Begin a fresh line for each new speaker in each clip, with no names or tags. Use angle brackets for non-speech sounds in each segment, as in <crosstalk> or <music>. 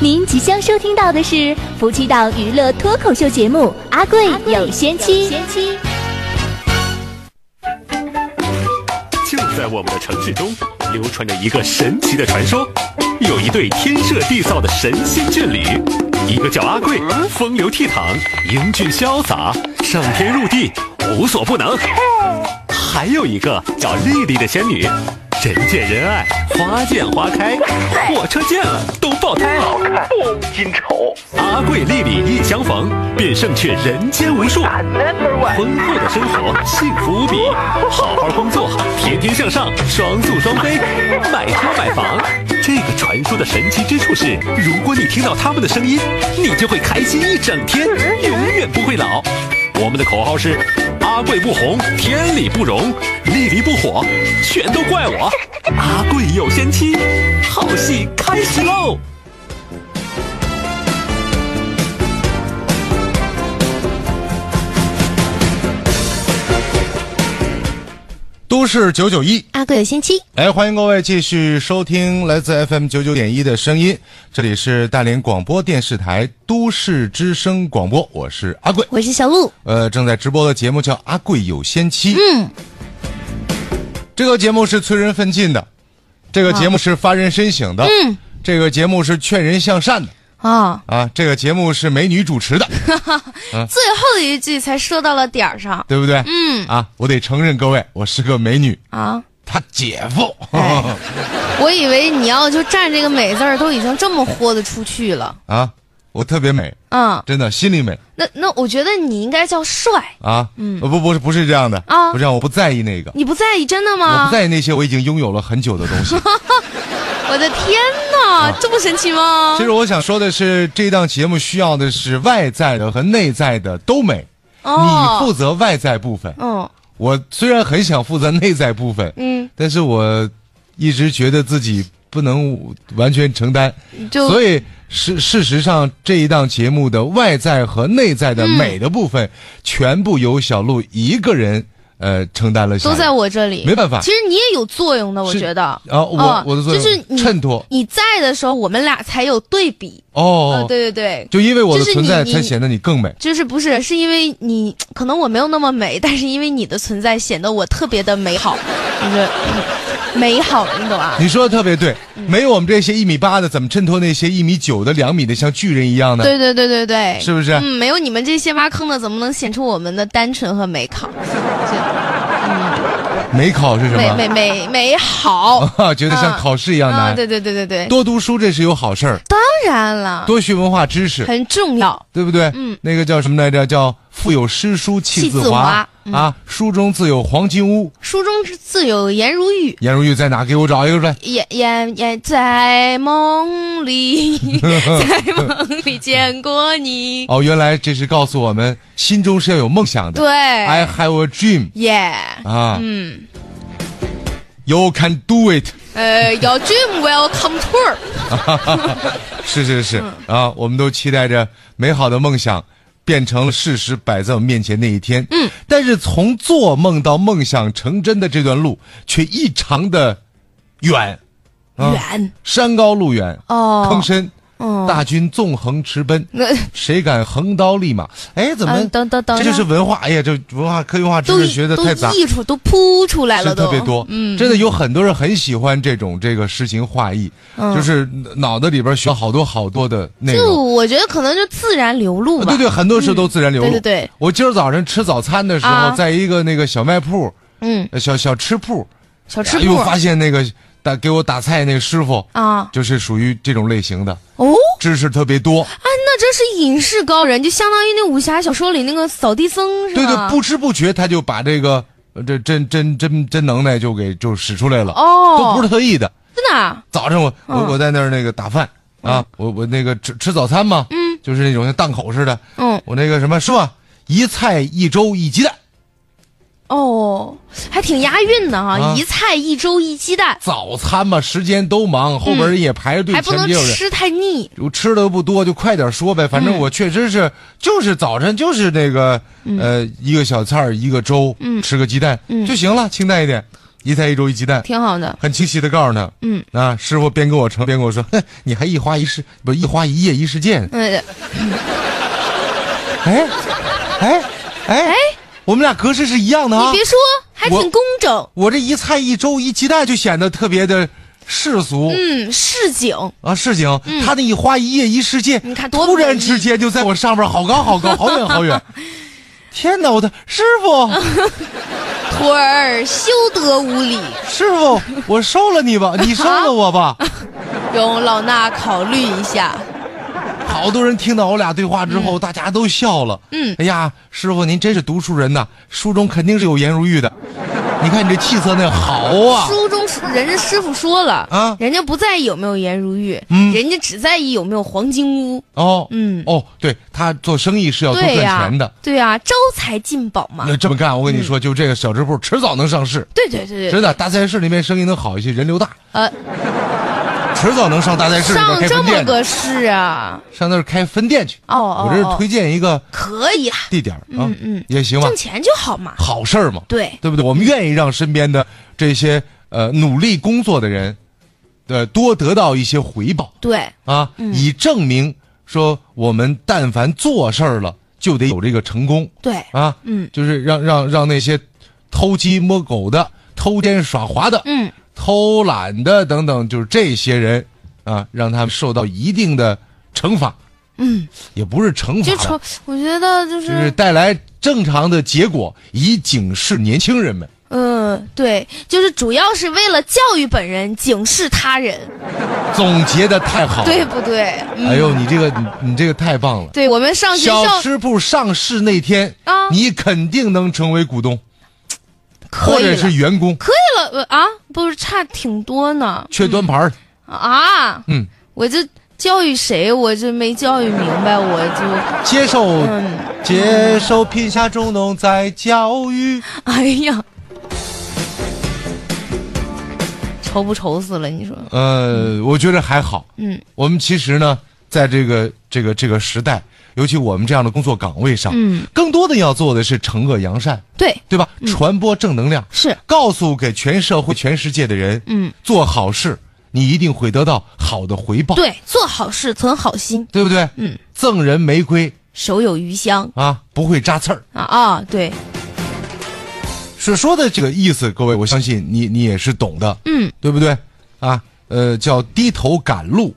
您即将收听到的是夫妻档娱乐脱口秀节目《阿贵有仙妻》。
就在我们的城市中，流传着一个神奇的传说：有一对天设地造的神仙眷侣，一个叫阿贵，风流倜傥，英俊潇洒，上天入地，无所不能；还有一个叫丽丽的仙女，人见人爱，花见花开，火车见了都爆胎。
好看，金丑，
阿贵丽丽一相逢，便胜却人间无数。
number one。
婚后的生活幸福无比，好好工作，天天向上，双宿双飞，买车买房。这个传说的神奇之处是，如果你听到他们的声音，你就会开心一整天，永远不会老。我们的口号是：阿贵不红，天理不容；丽丽不火，全都怪我。阿贵有仙妻，好戏开始喽！
都市九九一，
阿贵有仙妻，
来欢迎各位继续收听来自 FM 九九点一的声音，这里是大连广播电视台都市之声广播，我是阿贵。
我是小鹿。
呃，正在直播的节目叫《阿贵有仙妻》。嗯，这个节目是催人奋进的，这个节目是发人深省的，嗯，这个节目是劝人向善的，
哦，
啊，这个节目是美女主 <laughs> 持的，
最后一句才说到了点儿上
对不对？嗯，啊，我得承认各位，我是个美女，
啊！
她姐夫。哎
我以为你要就站这个美字儿，都已经这么豁得出去了。
<laughs> 啊，我特别美，
嗯，
真的心里美
那那我觉得你应该叫帅，
啊。嗯，不不是不是这样的
啊
不是这样，我不在意那个，
你不在意真的
我
吗？
不在意那些我已经拥有了很久的东
<laughs>
西。
我的天哪，这么神奇吗
啊其？实我想说的是，这档节目需要的是外在的和内在的都美。
哦
你负责外在部分，
嗯，
我虽然很想负责内在部分，
嗯，
但是我一直觉得自己不能完全承担，
就
所以事事实上这一档节目的外在和内在
嗯
的美的部分，全部由小鹿一个人呃承担了下来，
都在我这里，
没办法
其实你也有作用的，我
是
觉得。
啊我
嗯
我的作用
就是你
衬托
你在的时候，我们俩才有对比。
哦
呃，对对对，
就因为我的
就是
存在
你
才
你
显得你更美。
就是不是是因为你可能我没有那么美，但是因为你的存在显得我特别的美好，就是 <laughs> 嗯美好，你懂啊？
你说的特别对，
嗯
没有我们这些一米八的，怎么衬托那些一米九的、两米的像巨人一样的？
对对对对对，
是不是
嗯，没有你们这些挖坑的，怎么能显出我们的单纯和美好？
没考是什
美
么？
美美美好，
啊，觉得像考试一样
啊！
难。
对对对对对，
多读书这是有好事儿，
当然了，
多学文化知识，
很重要。
对不对？嗯，那个叫什么来着？叫“腹有诗书气
气
自
自
华
华”嗯
啊，书中自有黄金屋。
书中自有颜如玉，
颜如玉在哪？给我找一个出来。
眼眼眼在
<laughs>
梦里，在梦里见过你。
哦，原来这是告诉我们，心中是要有梦想的。
对
，I have a dream
耶、
啊。嗯，You can do it。
呃，Your dream will
<laughs>
come true。
是是是、
嗯
啊，我们都期待着美好的梦想变成了事实摆在我们面前那一天。嗯，但是从做梦到梦想成真的这段路却异常的远，啊
远
山高路远，
哦
坑深。大军纵横驰奔，
那
谁敢横刀立马？哎，怎么？
嗯等等等
这
一下
就是文化。哎呀，这文化科学文化知识学的
都
太杂，
溢出都扑出来
是
了都，
特别多，嗯，真的有很多人很喜欢这种这个诗情画意，
嗯
就是脑子里边学好多好多的内
就
容。
我觉得可能就自然流露吧。
啊对对，很多时候都自然流露。
嗯对对对，
我今儿早上吃早餐的时候，
啊
在一个那个小卖铺，
嗯，
呃小小吃铺，
小吃
哎
铺
呦，发现那个打给我打菜那个师傅，
啊，
就是属于这种类型的，
哦，
知识特别多。
啊，那真是隐士高人，就相当于那武侠小说里那个扫地僧是吧？
对对，不知不觉他就把这个呃这真真真真能耐就给就使出来了，
哦
都不是特意的。
真的啊
早上我我我在那儿那个打饭
嗯
啊，我我那个吃吃早餐嘛，嗯，就是那种像档口似的，
嗯
我那个什么是吧？一菜一粥一鸡蛋，
哦，还挺押韵的哈，
啊
一菜一粥一鸡蛋，
早餐嘛，时间都忙，后边人也排队，
嗯还不
前面
能
也有人。
吃嗯太腻。
我吃的不多，就快点说呗。反正我确实是，就是早晨就是
嗯
那个，呃，一个小菜儿，一个粥，吃个鸡蛋就行了，清淡一点。一菜一粥一鸡蛋，
挺好的。
很清晰的告诉他，
嗯，
啊，师傅边跟我称边跟我说， <laughs> 哼，你还一花一世不一花一叶一世
<laughs>
剑，
嗯，
哎，哎，哎，哎，我们俩格式是一样的啊
你。别说，还
我
挺工整。
我这一菜一粥一鸡蛋就显得特别的世俗、
嗯，市井
啊，市井。他那一花一叶一世界，
嗯你看多
突
文
然
艺
之间就在我上边好高好高，好远好远。
<laughs>
天哪，我的师傅，
徒儿休得无礼，
师傅，我收了你
<laughs>
吧，你收了我吧。
容老衲考虑一下。
好多人听到我俩对话之后，大家都笑了。
嗯
哎呀，师傅您真是读书人呐，书中肯定是有颜如玉的。你看你这气色那好啊，
书中人家师傅说了
啊
人家不在意有没有颜如玉，
嗯
人家只在意有没有黄金屋。
哦，
嗯
哦，对他做生意是要多哦赚
对呀、
钱的。
对呀、招财进宝嘛
你。要这么干，我跟你说，就这个小吃铺迟早能上市，
对对嗯对对，
真的。大菜市里面生意能好一些，人流大，
呃，
迟早能上大菜市里面
上
开
这
分
么
店的，
个市啊，
上那儿开分店去。
哦哦
我这
哦
是推荐一个
可以啦，
地点儿啊，
嗯
也行吧
挣，钱就好嘛。
好事儿嘛，
对
对不对？我们愿意让身边的这些呃努力工作的人，呃，多得到一些回报
对，
啊，
嗯
以证明说我们但凡做事儿了，就得有这个成功。
对
啊，
嗯
就是让让让那些偷鸡摸狗的、偷奸耍滑的、
嗯，
偷懒的等等，就是这些人啊，让他们受到一定的惩罚。
嗯，
也不是惩
就
罚
成
吧，，
我觉得就
就是
是，
带来正常的结果，以警示年轻人们。
嗯、对，就是主要是为了教育本人，警示他人，
总结的太好了，
对不对？嗯、
哎呦，你这个你你这个太棒了！
对我们上学
小
校
吃铺上市那天
啊
你肯定能成为股东或
可以
者
了
是。员工，
可以了，呃啊，不是差挺多呢
缺端盘儿。
啊！
嗯，
我这教育谁，我这没教育明白，我
接受
就 <laughs> 嗯，
接受贫下中农再教育。
哎呀，愁不愁死了？你说，
呃，我觉得还好。
嗯
我们其实呢，在这个这个这个时代，尤其我们这样的工作岗位上，
嗯，
更多的要做的是惩恶扬善，
对，
对吧？传播正能量，
是
告诉给全社会、全世界的人，
嗯，
做好事，你一定会得到好的回报，
对，做好事存好心，
对不对？
嗯，
赠人玫瑰
手有余香
啊，不会扎刺儿。
啊啊！对，
所说的这个意思，各位，我相信你你也是懂的，
嗯
对不对？啊，呃，叫低头赶路，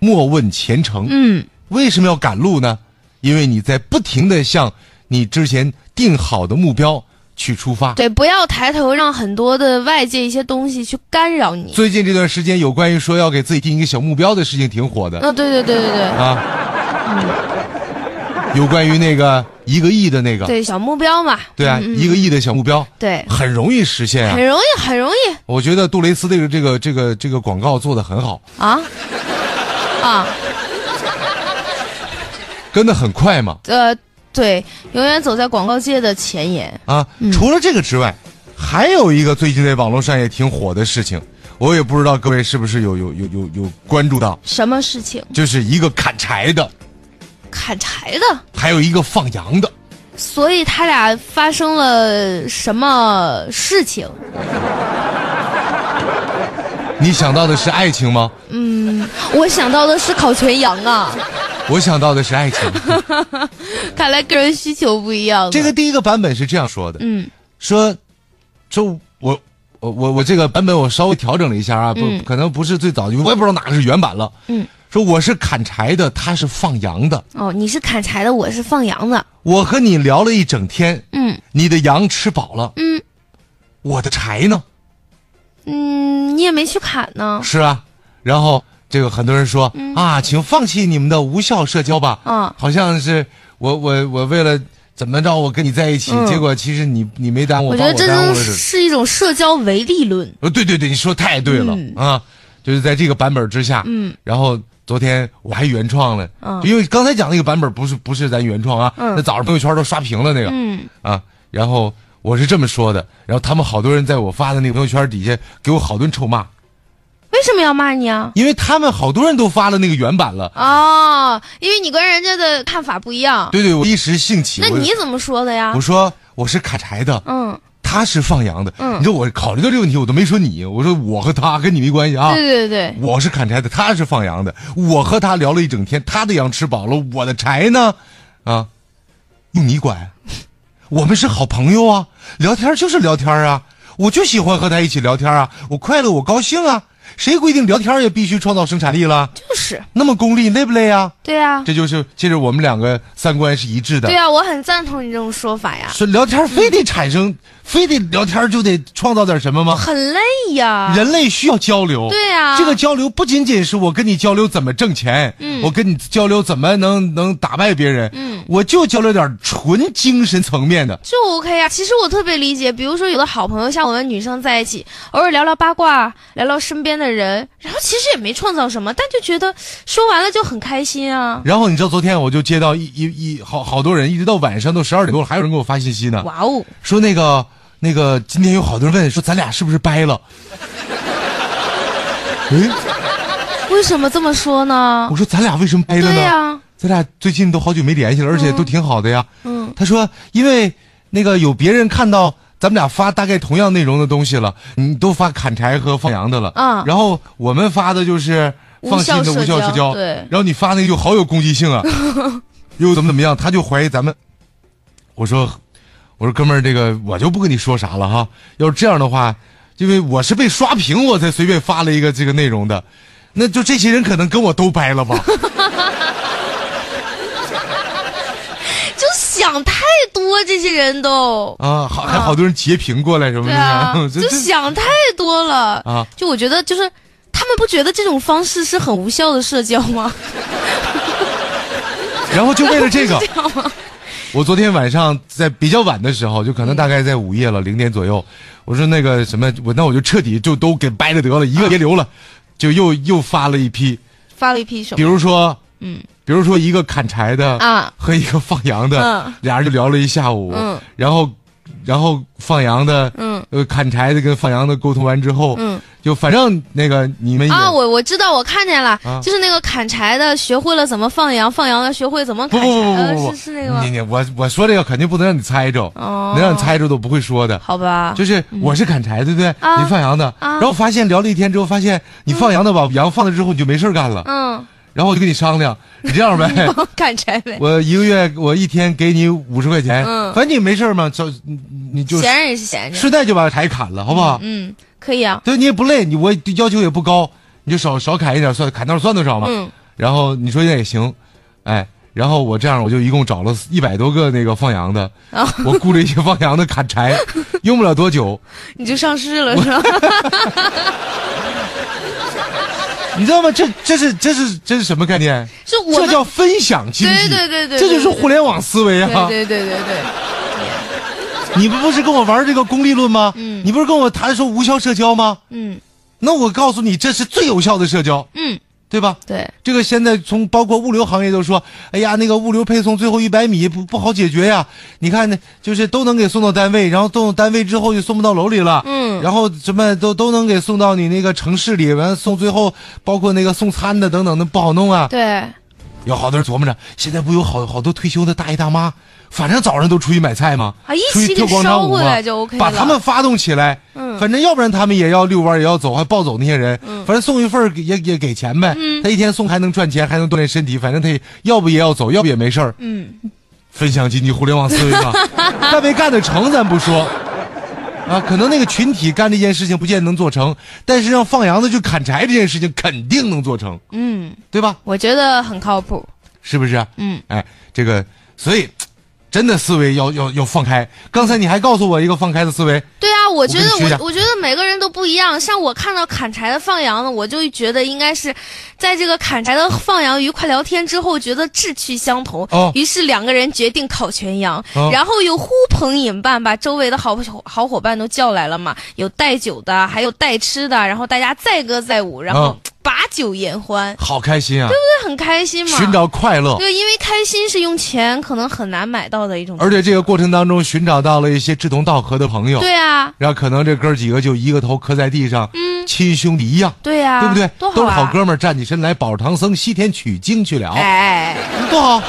莫问前程。
嗯，
为什么要赶路呢？因为你在不停的向你之前定好的目标去出发。
对，不要抬头，让很多的外界一些东西去干扰你。
最近这段时间，有关于说要给自己定一个小目标的事情挺火的
啊，对对对对对
啊，有关于那个一个亿的那个，
嗯对，小目标嘛，嗯
对啊，一个亿的小目标，
对，
很容易实现啊。
很容易，很容易。
我觉得杜蕾斯这个这个这个这个广告做的很好，
啊啊，
跟的很快嘛。
呃，对，永远走在广告界的前沿。
啊，除了这个之外，还有一个最近在网络上也挺火的事情，我也不知道各位是不是有有有有有关注到，
什么事情？
就是一个砍柴的，
砍柴的，
还有一个放羊的，
所以他俩发生了什么事情？
你想到的是爱情吗？
我想到的是烤全羊啊， <laughs>
我想到的是爱情。
看来个人需求不一样。啊
这个，第一个版本是这样说的，
嗯
说，说我。我我我这个版本我稍微调整了一下啊，不、
嗯
可能不是最早，我也不知道哪个是原版了。
嗯，
说我是砍柴的，他是放羊的，
哦，你是砍柴的，我是放羊的。
我和你聊了一整天，
嗯
你的羊吃饱了，
嗯
我的柴呢？
嗯，你也没去砍呢。
是啊，然后这个很多人说、啊，请放弃你们的无效社交吧。
嗯
好像是我我我为了怎么着，我跟你在一起，
嗯
结果其实你你没耽误，
我觉
把
得
我
这
耽误
都
了似的。
是一种社交唯利论。
呃，对对对，你说太对了、
嗯
啊！就是在这个版本之下，嗯，然后昨天我还原创了，
嗯
就因为刚才讲那个版本不是不是咱原创啊，
嗯
那早上朋友圈都刷屏了那个，
嗯
啊，然后我是这么说的，然后他们好多人在我发的那个朋友圈底下给我好顿臭骂，
为什么要骂你啊？
因为他们好多人都发了那个原版了。
哦，因为你跟人家的看法不一样。
对对，我一时兴起，
那
我
你怎么说的呀
我？说我是砍柴的，
嗯，
他他是放羊的。你说我考虑到这个问题，我都没说你，我说我和他跟你没关系啊。
对对对，
我是砍柴的，他是放羊的。我和他聊了一整天，他的羊吃饱了，我的柴呢？啊，用你管？我们是好朋友啊，聊天就是聊天啊，我就喜欢和他一起聊天啊，我快乐，我高兴啊。谁规定聊天也必须创造生产力了？
就是，
那么功利累不累啊？
对啊，
这就是，这是我们两个三观是一致的。
对啊，我很赞同你这种说法呀，
说聊天非得产生，非得聊天就得创造点什么吗？
很累呀。
人类需要交流。
嗯对啊
这个交流不仅仅是我跟你交流怎么挣钱，嗯，我跟你交流怎么能能打败别人，嗯，我就交流点纯精神层面的。
就 OK 啊，其实我特别理解，比如说有的好朋友，像我们女生在一起，偶尔聊聊八卦，聊聊身边的人，然后其实也没创造什么，但就觉得说完了就很开心啊。
然后你知道昨天我就接到一一一好好多人，一直到晚上都十二点多了，还有人给我发信息呢，
哇哦，
说那个那个今天有好多人问说咱俩是不是掰
<laughs>
了？哎，
为什么这么说呢
我？说咱俩为什么掰了呢？
对呀、
咱俩最近都好久没联系了，而且都挺好的呀。嗯，他说因为那个有别人看到咱们俩发大概同样内容的东西了，你都发砍柴和放羊的了，
嗯
然后我们发的就是放心的
无效社
无效社交，
交对
然后你发那个就好有攻击性
<laughs>
啊，又怎么怎么样，他就怀疑咱们。我说，我说哥们儿，这个我就不跟你说啥了哈。要是这样的话，因为我是被刷屏，我才随便发了一个这个内容的，那就这些人可能跟我都掰了吧。
就想太多，这些人都。
啊，好，还好多人截屏过来什么
对
的，，
啊
<laughs>
就想太多了
啊
就我觉得，就是他们不觉得这种方式是很无效的社交吗？，
然后就为了这个
这样吗？
我昨天晚上在比较晚的时候，就可能大概在午夜了零点左右，我说那个什么，我那我就彻底就都给掰了得了，一
嗯
个别留了，就又又发了一批，
<laughs> 发了一批什
比
么？
如说，嗯，比如说一个砍柴的
啊
和一个放羊的，
嗯
<laughs> 俩人就聊了一下午，
嗯
然后。然后放羊的，
嗯，
呃，砍柴的跟放羊的沟通完之后，
嗯，
就反正那个你们也
啊，我我知道，我看见了，
啊
就是那个砍柴的学会了怎么放羊，放羊的学会怎么
不不
砍柴，
不不不
呃
不，
是是那个吗
你？你我我说这个肯定不能让你猜着，
哦
能让你猜着都不会说的。
好吧，
就是我是砍柴，对不对？
啊
你放羊的，
啊
然后发现聊了一天之后，发现你放羊的把羊放了之后，你就没事儿干了。
嗯，
<laughs> 然后我就跟你商量，你这样呗，
砍柴呗，
<laughs> 我一个月我一天给你五十块钱，
嗯
反正你没事儿嘛，就你你就
闲着也是闲着，
顺带就把柴砍了，好不好？
嗯，可以啊，
对，你也不累，你我要求也不高，你就少少砍一点算，砍多少算多少嘛。
嗯
然后你说那也行，哎，然后我这样我就一共找了一百多个那个放羊的，
哦
我雇了一些放羊的砍
<laughs>
柴，用不了多久，
你就上市了是吧？
你知道吗？这这是这是这是什么概念？
<laughs> 是我
这
们
叫分享经济，
对对对对
这就是互联网思维啊！
对对对对对，
你不是跟我玩这个功利论吗？你不是跟我谈说无效社交吗？
嗯
那我告诉你，这是最有效的社交，
嗯，
对吧？
对，
这个现在从包括物流行业都说，哎呀，那个物流配送最后一百米不不好解决呀。你看呢，就是都能给送到单位，然后送到单位之后就送不到楼里了，
嗯
然后什么都都能给送到你那个城市里，完了送最后包括那个送餐的等等的不好弄啊。
对，
有好多人琢磨着，现在不有好好多退休的大爷大妈，反正早上都出去买菜嘛，
啊一
出
起
去跳广场舞
给捎
嘛
回来就 OK 了
把他们发动起来。
嗯
反正要不然他们也要遛弯，也要走，还抱走那些人。反正送一份儿也也给钱呗。
嗯
他一天送还能赚钱，还能锻炼身体，反正他也要不也要走，要不也没事儿。
嗯，
分享经济互联网思维
<laughs>
嘛，干没干得成咱不说。啊，可能那个群体干这件事情不见得能做成，但是让放羊的去砍柴这件事情肯定能做成，
嗯，
对吧？
我觉得很靠谱，
是不是？
嗯，
哎，这个，所以真的思维要要要放开。刚才你还告诉我一个放开的思维，
对啊，我
跟
觉
你
得
学点
我我觉得每个人都不一样。像我看到砍柴的放羊的，我就觉得应该是在这个砍柴的放羊愉快聊天之后，觉得志趣相投，
哦
于是两个人决定烤全羊，
哦
然后又呼朋引伴，把周围的好好伙伴都叫来了嘛，有带酒的，还有带吃的，然后大家载歌载舞，然后
哦
把酒言欢，
好开心啊！
这很开心嘛。
寻找快乐，
对，因为开心是用钱可能很难买到的一种。
而且这个过程当中寻找到了一些志同道合的朋友，
对啊，
然后可能这哥几个就一个头磕在地上，
嗯
亲兄弟一样，
对呀、
对不对？
多
都是
啊
好哥们儿，站起身来，保唐僧西天取经去了。
哎，
多好。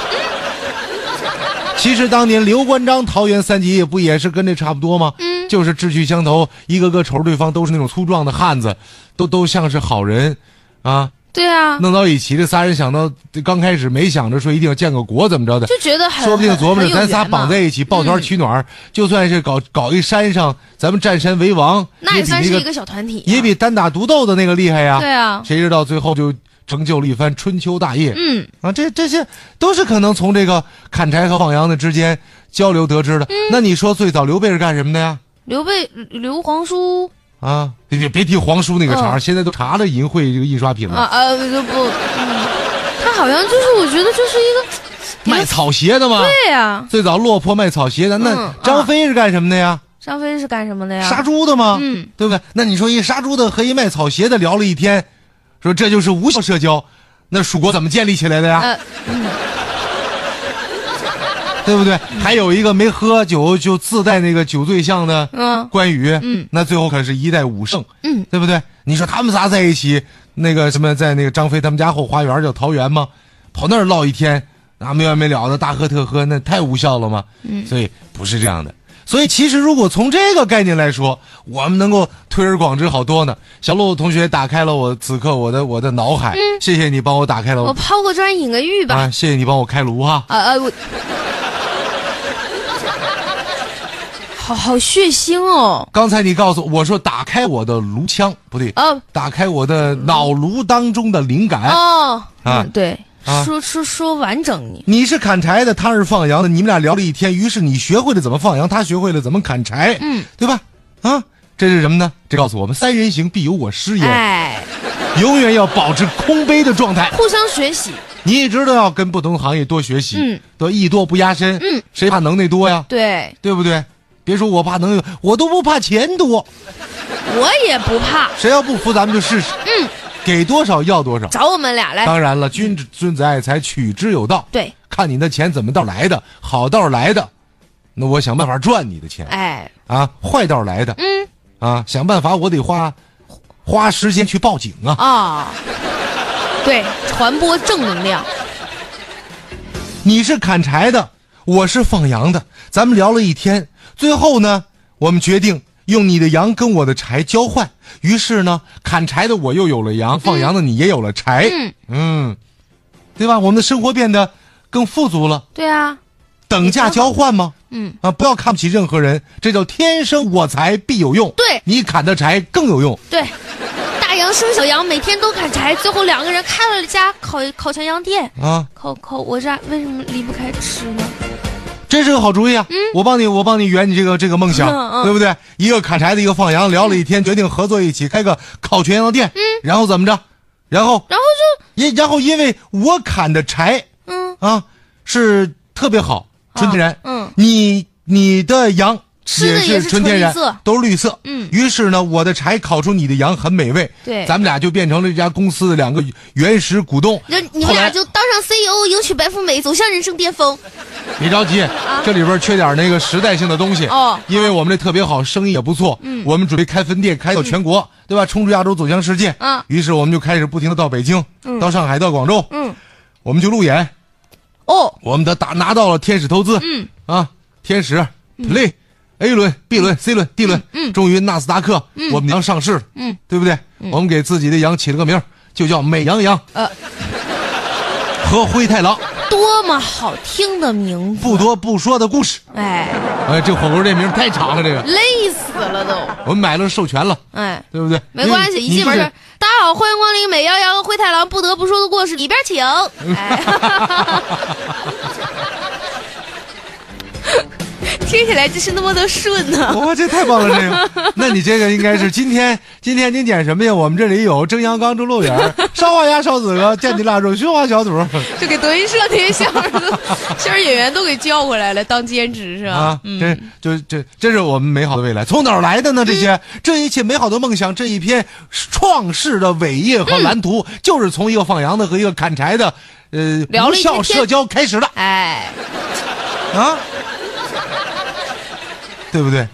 其实当年刘关张桃园三结义不也是跟这差不多吗？
嗯。
就是志趣相投，一个个瞅着对方都是那种粗壮的汉子，都都像是好人，啊，
对啊，
弄到一起，这仨人想到刚开始没想着说一定要建个国怎么 <laughs> 着的，
就觉得很
说不定琢磨
很
着
有
咱仨
缘啊嗯嘛
绑在一起抱团取暖儿，就算是搞搞一山上，咱们占山为王，
那
也
也
比
算
那
是
个
一个小团体啊，
也比单打独斗的那个厉害呀。
对啊，
谁知道最后就成就了一番春秋大业。
嗯，
啊，这这些都是可能从这个砍柴和放羊的之间交流得
嗯
知的。那你说最早刘备是干什么的呀？
刘备、刘皇叔
啊，别别别提皇叔那个茬儿，
嗯
现在都查了淫秽这个印刷品
啊
了，
啊不不，嗯他好像就是我觉得就是一个
卖草鞋的嘛。
对
<laughs>
啊，
最早落魄卖草鞋的，那
嗯
张飞是干什么的呀？
张飞是干什么的呀？
杀猪的吗？
嗯，
对不对？那你说一杀猪的和一卖草鞋的聊了一天，说这就是无效社交，那蜀国怎么建立起来的呀？
呃，
对不对？还有一个没喝酒就自带那个酒醉相的
嗯
关羽，
嗯
那最后可是一代武圣，
嗯，
对不对？你说他们仨在一起，那个什么，在那个张飞他们家后花园叫桃园吗？跑那儿唠一天，啊，没完没了的大喝特喝，那太无效了嘛。嗯，所以不是这样的。所以其实如果从这个概念来说，我们能够推而广之好多呢。小鹿同学打开了我此刻我的我的脑海，谢谢你帮我打开了
嗯我抛个砖引个玉吧。
啊，谢谢你帮我开颅哈。
啊啊我， <laughs> 好好血腥哦！
刚才你告诉我说打开我的颅腔，不对，
哦
打开我的脑颅当中的灵感。
哦，
啊
嗯对，
啊
说说说完整你，
你是砍柴的，他是放羊的，你们俩聊了一天，于是你学会了怎么放羊，他学会了怎么砍柴，嗯，对吧？啊，这是什么呢？这告诉我们，三人行必有我师焉，
哎，
永远要保持空杯的状态。
互相学习，
你一直都要跟不同行业多学习，
嗯，
多艺多不压身，
嗯，
谁怕能耐多呀？
对
对不对？别说我怕能耐，我都不怕钱多，
我也不怕，
谁要不服咱们就试试，嗯，给多少要多少。
找我们俩来，
当然了，君子君子爱财，取之有道。
哎对，
看你的钱怎么道来的，好道来的，那我想办法赚你的钱
哎，
啊；坏道来的
嗯
啊，想办法我得花花时间去报警啊。
啊、对，传播正能量，
你是砍柴的，我是放羊的，咱们聊了一天，最后呢，我们决定。用你的羊跟我的柴交换，于是呢，砍柴的我又有了羊，放羊的你也有了柴，
嗯
嗯对吧？我们的生活变得更富足了。
对啊，
等价交换吗？
嗯
啊，不要看不起任何人，这叫天生我材必有用。
对
你砍的柴更有用。
对，大羊生小羊，每天都砍柴，最后两个人开了家烤烤全羊店，
啊，
烤烤我这为什么离不开吃呢？
这是个好主意啊！我帮你，我帮你圆你这个这个梦想，
嗯嗯
对不对？一个砍柴的，一个放羊，聊了一天，决定合作一起开个烤全羊店。嗯，然后怎么着？然后
然后就
因然后因为我砍的柴
嗯。
啊是特别好，纯天然。
嗯
你你的羊
吃的也
是
是
纯天然
纯绿色，
都是绿色。
嗯
于是呢，我的柴烤出你的羊很美味。
对
咱们俩就变成了这家公司的两个原始股东。
那你们
后
俩
来
就当上 CEO，迎娶白富美，走向人生巅峰。
别着急，
啊
这里边缺点那个时代性的东西
哦
因为我们这特别好，生意也不错。嗯，我们准备开分店，开到全国，对吧？冲出亚洲，走向世界。
嗯啊
于是我们就开始不停的到北京，到上海，到广州。
嗯，
我们就路演，
哦，
我们的打拿到了天使投资，
嗯
啊，天使 play、A 轮、B 轮、C 轮、D 轮，
嗯嗯
终于纳斯达克，我们羊上市了，
嗯，
对不对？我们给自己的羊起了个名儿，就叫美羊羊，
呃，
和灰太狼，
多么好听的名字，
不多不说的故事。
哎，
哎，这火锅这名儿太长了，这个
累死了都，
我们买了授权了，
哎，
对不对？
没关系，
因为
一进门
你
就
这
是大家好，欢迎光临美羊羊和灰太狼，不得不说的故事，里边请。哎， <laughs> 听起来就是那么的顺呢、
哇，这太棒了！这
<laughs>
个，那你这个应该是今天，今天您点什么呀？我们这里有蒸羊羔、猪鹿眼儿、烧花鸭、烧子鹅、煎鸡腊肉、熏花小肚儿。
就给德云社那些相声的相声演员都给叫过来了当兼职是吧？
啊，
嗯
这就这这是我们美好的未来，从哪儿来的呢？这些、
嗯
这一切美好的梦想，这一片创世的伟业
嗯
和蓝图，就是从一个放羊的和一个砍柴的，呃，
聊
无
了一天
效
天
社交开始的
哎，
啊，对不对？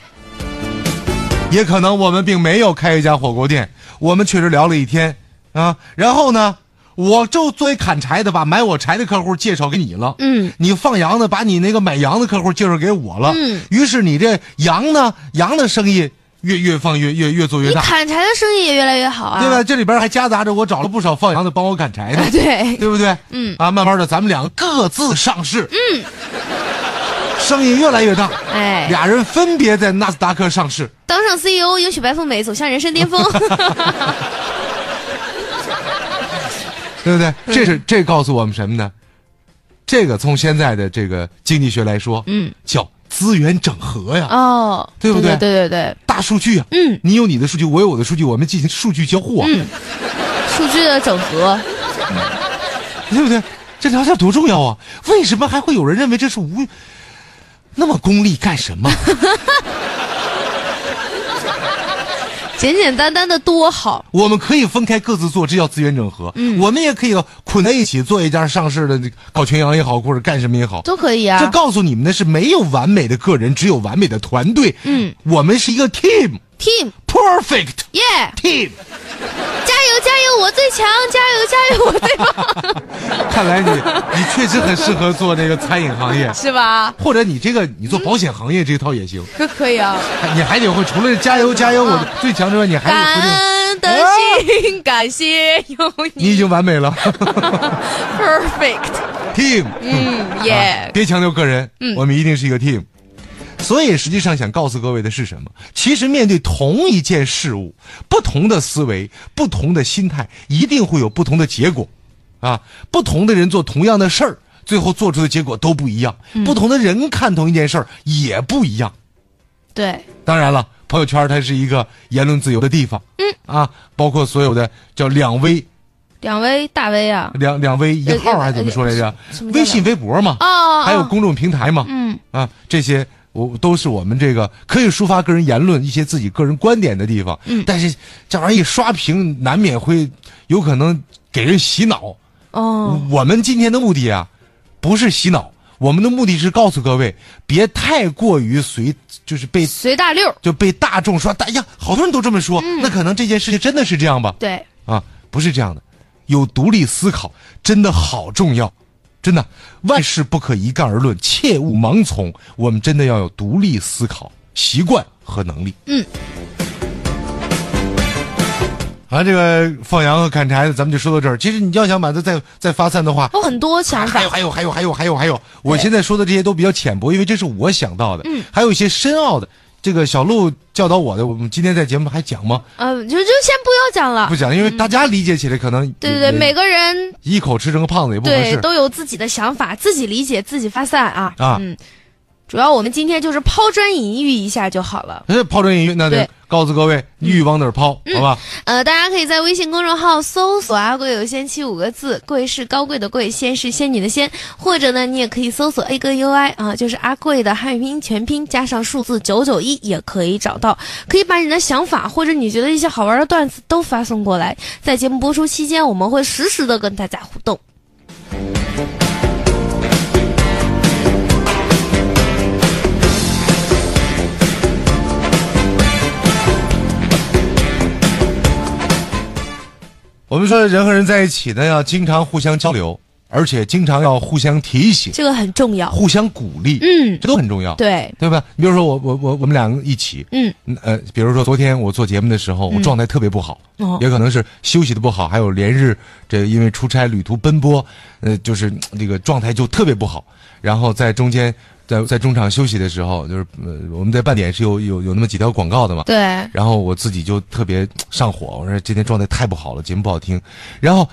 也可能我们并没有开一家火锅店，我们确实聊了一天啊，然后呢，我就作为砍柴的，把买我柴的客户介绍给你了。
嗯，
你放羊的，把你那个买羊的客户介绍给我了。
嗯，
于是你这羊呢，羊的生意越越放越越越做越
你
大，
砍柴的生意也越来越好啊，
对吧？？这里边还夹杂着我找了不少放羊的帮我砍
<laughs>
柴
啊，
的，
对，
对不对？
嗯
啊，慢慢的，咱们两个各自上市。嗯，生意越来越大，
哎
俩人分别在纳斯达克上市。
当上 CEO，迎娶白富美，走向人
<laughs>
生巅峰。
对不对？
嗯
这是这告诉我们什么呢？这个从现在的这个经济学来说，
嗯，
叫资源整合呀，
哦，
对不对
对？对对对，
大数据呀，
嗯，
你有你的数据，我有我的数据，我们进行数据交互啊，
嗯数据的整合，
对不对？这聊天多重要啊！为什么还会有人认为这是无那么功利干什么？
简简单单的多好。
我们可以分开各自做，这叫资源整合。嗯，我们也可以捆在一起做一家上市的，搞全羊也好，或者干什么也好，
都可以啊
这，告诉你们的是没有完美的个人，只有完美的团队。
嗯，
我们是一个 team。
team
perfect
耶
team。
加油加油，我最强，加油加油，我最棒， <laughs>
看来你你确实很适合做那个餐饮行
<laughs>
业，
是吧？
或者你这个你做保险行业这一套也行。
这可以啊，
你还得会除了加油加油我最强之外，你还得
感
会这种。
恩的心，感谢有
哎你已经完美了
<laughs>
<laughs>
perfect，
，team。
嗯耶，
啊别强调个人，
嗯
我们一定是一个 team。所以实际上想告诉各位的是什么？其实面对同一件事物，不同的思维、不同的心态，一定会有不同的结果，啊，不同的人做同样的事儿，最后做出的结果都不一样；
嗯
不同的人看同一件事儿也不一样。
对，
当然了，朋友圈它是一个言论自由的地方，嗯啊，包括所有的叫两微
两位大 V 啊，
两两微一号还是怎么说来着
呃什么？叫
微信、微博嘛，嗯
哦，
还有
哦
公众平台嘛，
嗯
啊，这些我都是我们这个可以抒发个人言论、一些自己个人观点的地方。嗯，但是这玩意儿一刷屏，难免会有可能给人洗脑。
哦，
我们今天的目的啊，不是洗脑，我们的目的是告诉各位，别太过于随，就是被
随大溜儿，
就被大众说，哎呀，好多人都这么说，
嗯
那可能这件事情真的是这样吧？
对，
啊，不是这样的，有独立思考真的好重要，真的万事不可一概而论，切勿盲从。我们真的要有独立思考习惯和能力。
嗯。
啊，这个放羊和砍柴的，咱们就说到这儿。其实你要想把它再再发散的话，
我很多想法
还有，还有还有还有还有还有，我现在说的这些都比较浅薄，因为这是我想到的。嗯，还有一些深奥的，这个小鹿教导我的，我们今天在节目还讲吗？
嗯，就就先不要讲了
不。讲，因为大家理解起来可能
啊对对对，
也
每个人
一口吃成个胖子也不合
对
适。
都有自己的想法，自己理解，自己发散啊。
啊
嗯，主要我们今天就是抛砖引玉一下就好了。
呃，抛砖引玉，那得
对嗯
告诉各位，玉往哪儿抛，好吧？
呃，大家可以在微信公众号搜索“阿贵有仙妻”五个字，贵是高贵的贵，仙是仙女的仙，或者呢，你也可以搜索 A 哥 UI 啊、就是阿贵的汉语拼音全拼加上数字九九一，也可以找到。可以把你的想法或者你觉得一些好玩的段子都发送过来，在节目播出期间，我们会实时的跟大家互动。
我们说人和人在一起呢，要经常互相交流，而且经常要互相提醒、
这个很重要。
互相鼓励，
嗯
这都很重要，
对，
对吧？你比如说我我我我们两个一起，
嗯，
呃，比如说昨天我做节目的时候，我状态特别不好，
哦
也可能是休息的不好，还有连日这因为出差旅途奔波，呃，就是嗯这个状态就特别不好。然后在中间，在在中场休息的时候，就是呃我们在半点是有有有那么几条广告的嘛，
对，
然后我自己就特别上火，我说今天状态太不好了，节目不好听。然后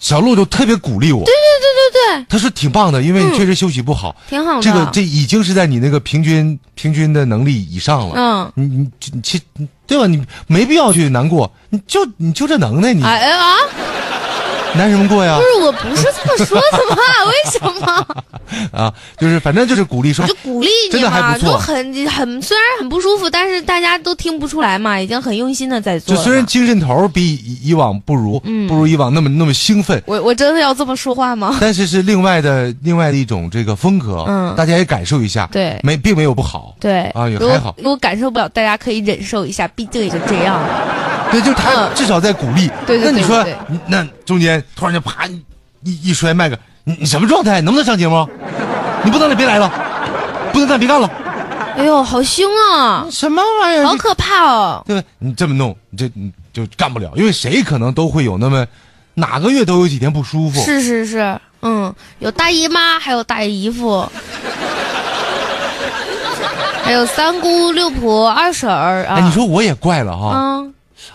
小鹿就特别鼓励我，对对对对对，他说挺棒的，因为你确实休息不好，
挺好的。
这个这已经是在你那个平均平均的能力以上了。
嗯
你你你其对吧？你没必要去难过，你就你就这能耐，你
哎
<laughs>
哎啊，
难什么过呀
不？是，我不是这么说的嘛？ <laughs> 为什么？
啊，就是反正就是鼓励说
就，鼓励你
真的还
嘛，
不错
就很很虽然很不舒服，但是大家都听不出来嘛，已经很用心的在做
就
了嘛。
虽然精神头儿比以以往不如，
嗯
不如以往那么那么兴奋，
我我真的要这么说
<laughs>
话吗？
但是是另外的另外的一种这个风格，
嗯
大家也感受一下，
对
没并没有不好，
对
啊也
如
还好
果，如果感受不了，大家可以忍受一下，毕竟也就这样了。
对，就他
嗯
至少在鼓励。
对对
那你
对
说
对，
你那中间突然就啪一一一摔麦克，你你什么状态？能不能上节目？你不能了，别来了，不能干，别干了。
哎呦，好凶啊，
什么玩意
好可怕哦！
对吧？你这么弄，你这你就干不了，因为谁可能都会有那么哪个月都有几天不舒服。
是是是，嗯，有大姨妈，还有大姨
<laughs>
夫，还有三姑六婆二婶儿啊。
哎，你说哦我也怪了哈。
啊，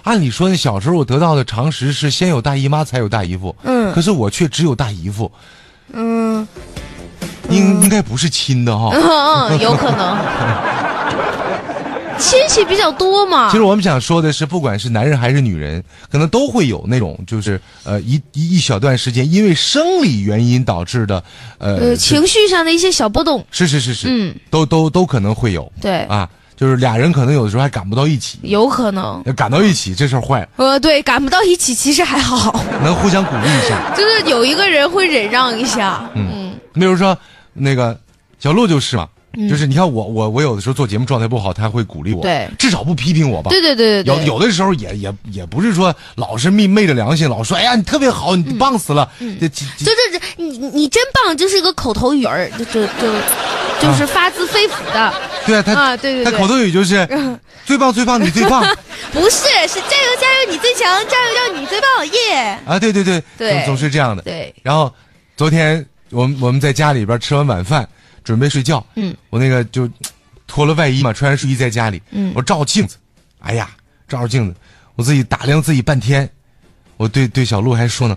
按理说，小时候我得到的常识是先有大姨妈才有大姨夫，
嗯
可是我却只有大姨夫，
嗯
应应该不是亲的哈。
嗯 <laughs> 嗯，有
<laughs>
可能，亲戚比较多嘛
其。实我们想说的是，不管是男人还是女人，可能都会有那种就是呃一一一小段时间因为生理原因导致的呃
呃，情绪上的一些小波动，
是是是是，
嗯，
都都都可能会有
对
啊，就是俩人可能有的时候还赶不到一起，
有可能。
赶到一起这事儿坏了，
呃，对，赶不到一起其实还好， <laughs>
能互相鼓励一下。
就是有一个人会忍让一下。嗯，
你比如说那个小鹿就是嘛，就是你看我我我有的时候做节目状态不好，他会鼓励我，
对
至少不批评我吧。
对对对对
有
对，
有的时候也也也不是说老是昧昧着良心，老说哎呀你特别好，你棒死了，这这这
就嗯这这，你你你真棒，就是一个口头语儿，就就
啊
就就是发自肺腑的，
对啊他
啊对对
他
对
口头语就是
<laughs>
最棒最棒你最棒
不是是加油加油你最强，加油加油你最棒耶！
啊对对对，
<laughs> 对
总总是这样的。
对，
然后昨天我们我们在家里边吃完晚饭，准备睡觉。
嗯，
我那个就脱了外衣嘛，穿上睡衣在家里。
嗯
我照镜子，哎呀，照着镜子，我自己打量自己半天，我对对小鹿还说呢，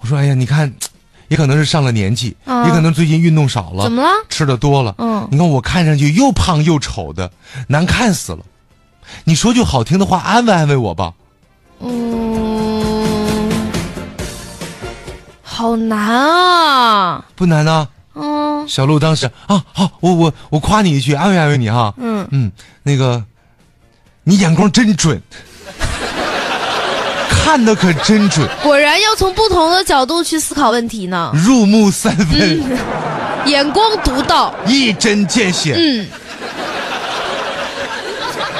我说哎呀，你看，也可能是上了年纪，
啊
也可能最近运动少了，
怎么了
吃的多了。
嗯
你看我看上去又胖又丑的，难看死了。你说句好听的话安慰安慰我吧。
嗯，好难啊，
不难啊，
嗯
小鹿当时啊，好，我我我夸你一句，安慰安慰你哈、
嗯，
嗯，那个，你眼光真
<laughs>
准，看的可真准，
果然要从不同的角度去思考问题呢，
入木三分，
嗯眼光独到，
一针见血。
嗯，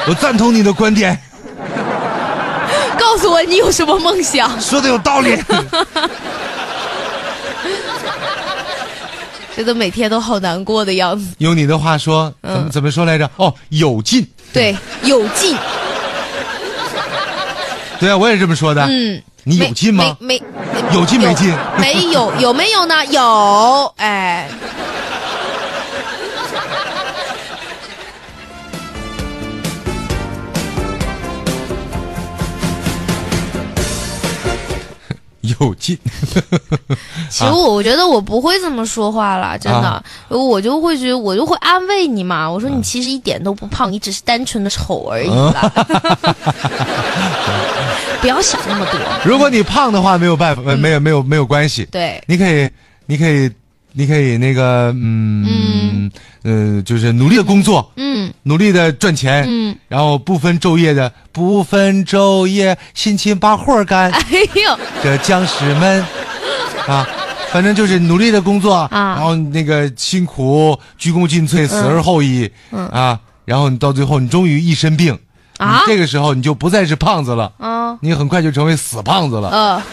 我赞同你的观点，
告诉我你有什么梦想。
说的有道
<laughs>
理。
觉得每天都好难过的样子。
用你的话说，怎么、
嗯
怎么说来着？哦，有劲。
对，有劲，
对啊，我也这么说的。
嗯，
你有劲吗？
没没
有劲没劲？
有 <laughs> 没有有没有呢？有，哎，
有劲。 <laughs>
其实我我觉得我不会这么说话了，真的
啊，
我就会觉得我就会安慰你嘛，我说你其实一点都不胖，你只是单纯的丑而
<laughs>
已啦，不要想那么多，
如果你胖的话，没有办法，呃没有没有没有关系。
对， <laughs>
你可以，你可以，你可以那个，嗯，呃，就是努力的工作，
嗯
努力的赚钱，
嗯，
然后不分昼夜的，不分昼夜，辛勤把活儿
<laughs>
干。
哎呦，
这将士们，
<laughs>
啊，反正就是努力的工作，
啊嗯
然后那个辛苦，鞠躬尽瘁，死而后已，啊，然后你到最后，你终于一身病，
啊
你这个时候你就不再是胖子了，
啊，
你很快就成为死胖子了。
呃，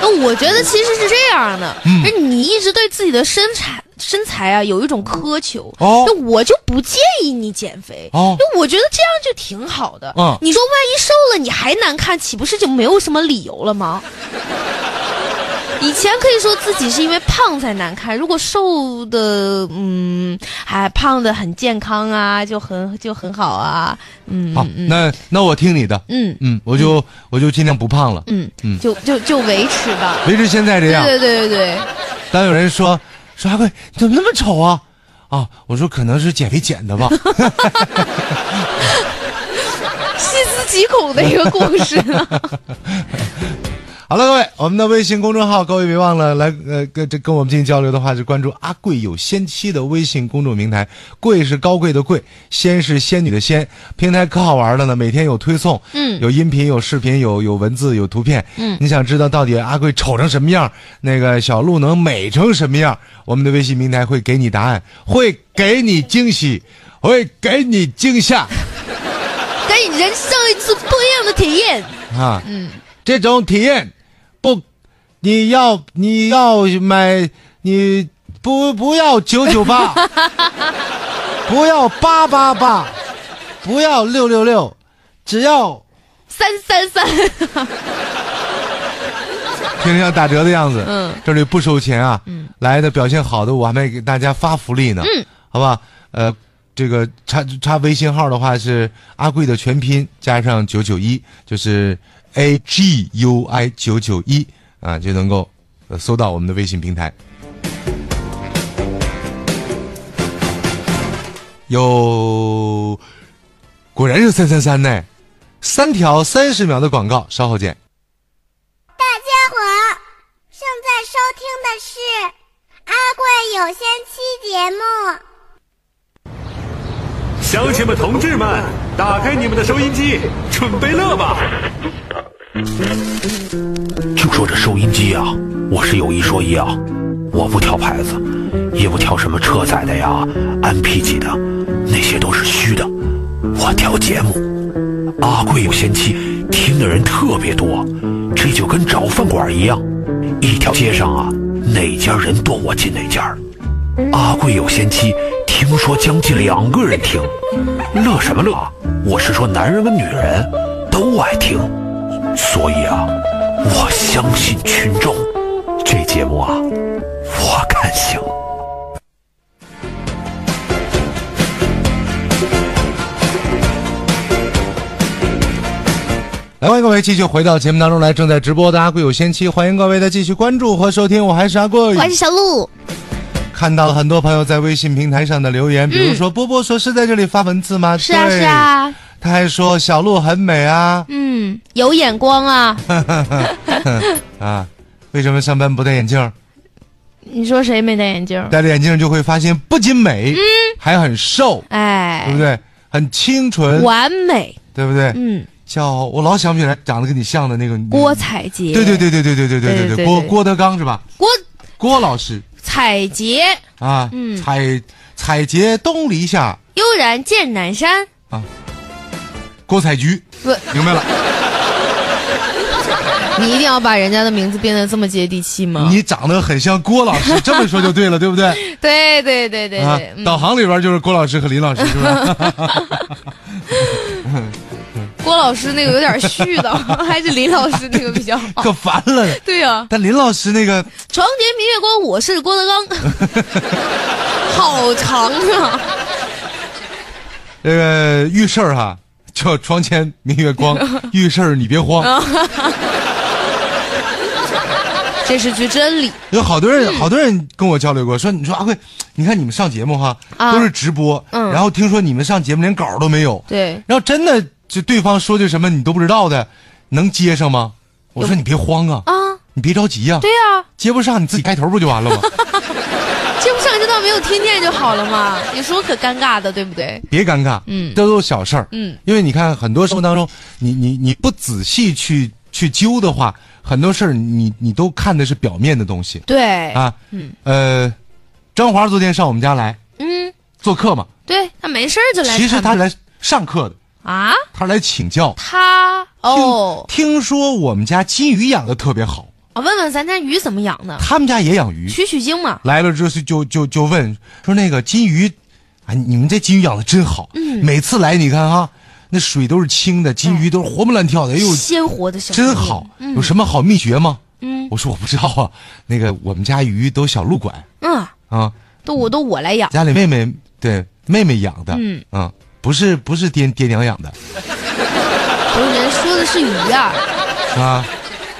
那我觉得其实是这样的，
嗯
是你一直对自己的身材身材啊有一种苛求，
哦
那我就不建议你减肥，
哦
因为我觉得这样就挺好的。
嗯
你说万一瘦了你还难看，岂不是就没有什么理由了吗？以前可以说自己是因为胖才难看，如果瘦的，嗯，还胖的很健康啊，就很就很好啊，嗯
好，那那我听你的，
嗯
嗯，我就我就尽量不胖了，
嗯
嗯
就就就维持吧。
维持现在这样。
对对对对
当有人说说阿贵你怎么那么丑啊？啊，我说可能是减肥减的吧。
对，细思极恐的一个故事呢。 <laughs>
好了，各位，我们的微信公众号，各位别忘了来呃跟这跟我们进行交流的话，是关注“阿贵有仙妻”的微信公众平台，贵是高贵的贵，仙是仙女的仙。平台可好玩了呢，每天有推送，
嗯
有音频，有视频，有有文字，有图片，
嗯
你想知道到底阿贵丑成什么样，那个小鹿能美成什么样？我们的微信平台会给你答案，会给你惊喜，会给你惊吓。
给你人生一次不一样的体验。
啊，嗯，这种体验不，你要你要买你不不要九九八，不要八八八，不要六六六，只要
三三三，
听着像打折的样子。
嗯，
这里不收钱啊。嗯，来的表现好的，我还没给大家发福利呢。嗯，好吧，呃，这个插插微信号的话是阿贵的全拼加上九九一，就是 A G U I 九九一啊，就能够呃搜到我们的微信平台。有，果然是三三三呢，三条三十秒的广告，稍后见。
大家伙，正在收听的是《阿贵有仙妻》节目。
乡亲们、同志们，打开你们的收音机，准备乐吧！
就说这收音机啊，我是有一说一啊，我不挑牌子，也不挑什么车载的呀、MP 级的，那些都是虚的，我挑节目。阿贵有仙妻，听的人特别多，这就跟找饭馆一样，一条街上啊，哪家人多我进哪家儿。哦阿贵有仙妻，听说将近两个人听，乐什么乐啊？我是说男人跟女人都爱听，所以啊，我相信群众，这节目啊，我看行。
来，欢迎各位继续回到节目当中来，正在直播的阿贵有仙妻，欢迎各位的继续关注和收听，我还是阿贵
我。还是小鹿，
看到了很多朋友在微信平台上的留言，比如说波波说是在这里发文字吗？
是啊
对
是啊，
他还说小鹿很美啊
嗯，有眼光啊。
啊，为什么上班不戴眼镜儿？
你说谁没戴眼镜？
戴了眼镜就会发现不仅美，还很瘦，对不
哎，
对？很清纯，
完美，
对不对？
嗯，
叫我老想不起来长得跟你像的那个
郭。采洁，
对对，对对对对对对
对对
对，
对
郭郭德纲是吧？
郭
郭老师
采洁
啊，
嗯
采采撷东篱下，
悠然见南山，
郭采菊，
不，
明白了。
你一定要把人家的名字变得这么接地气吗？
你长得很像郭老师，这么说就对了，对不对？
对对对 <laughs> 对
啊
对，嗯，
导航里边就是郭老师和林老师，是
<laughs>
吧？
郭老师那个有点絮 <laughs> 叨，还是林老师那个比较好。
可烦了。
对啊呀、
但林老师那个
床前明月光，我是郭德 <laughs> 纲，好长啊！
呃遇事儿哈，叫床前明月
<laughs>
光，遇事儿你别慌。
啊这是句真理，
有好多人，好多人跟我交流过，说你说阿贵，你看你们上节目哈，
啊
都是直播，
嗯
然后听说你们上节目连稿都没有，
对，
然后真的就对方说句什么你都不知道的，能接上吗？我说你别慌啊，
啊，
你别着急呀、
对啊呀、
接不上你自己开头不就完了
<laughs>
吗？
接不上就当没有听见就好了嘛。你说可尴尬的，对不对？
别尴尬，
嗯
这都是小事儿，
嗯，
因为你看很多生活当中，你你你不仔细去去揪的话，很多事儿你你都看的是表面的东西
对，
啊，嗯，呃，张华昨天上我们家来
嗯，
做客嘛，
对他没事儿就来看嘛。
其实他来上课的，
啊，
他来请教，
他哦，
听听说我们家金鱼养的特别好，
我问问咱家鱼怎么养的？
他们家也养鱼，
取取经嘛，
来了之后就就就就问说那个金鱼，哎，你们这金鱼养的真好，
嗯
每次来你看哈，那水都是清的，金鱼都是活蹦乱跳的，哎呦，
鲜活的小生
真
命
好，
嗯
有什么好秘诀吗？嗯，我说我不知道啊，那个我们家鱼都小鹿管
嗯，
啊，
都我都我来养，
家里妹妹对妹妹养的，
嗯
啊，不是不是爹爹娘养的
不是人家说的是鱼啊，
啊，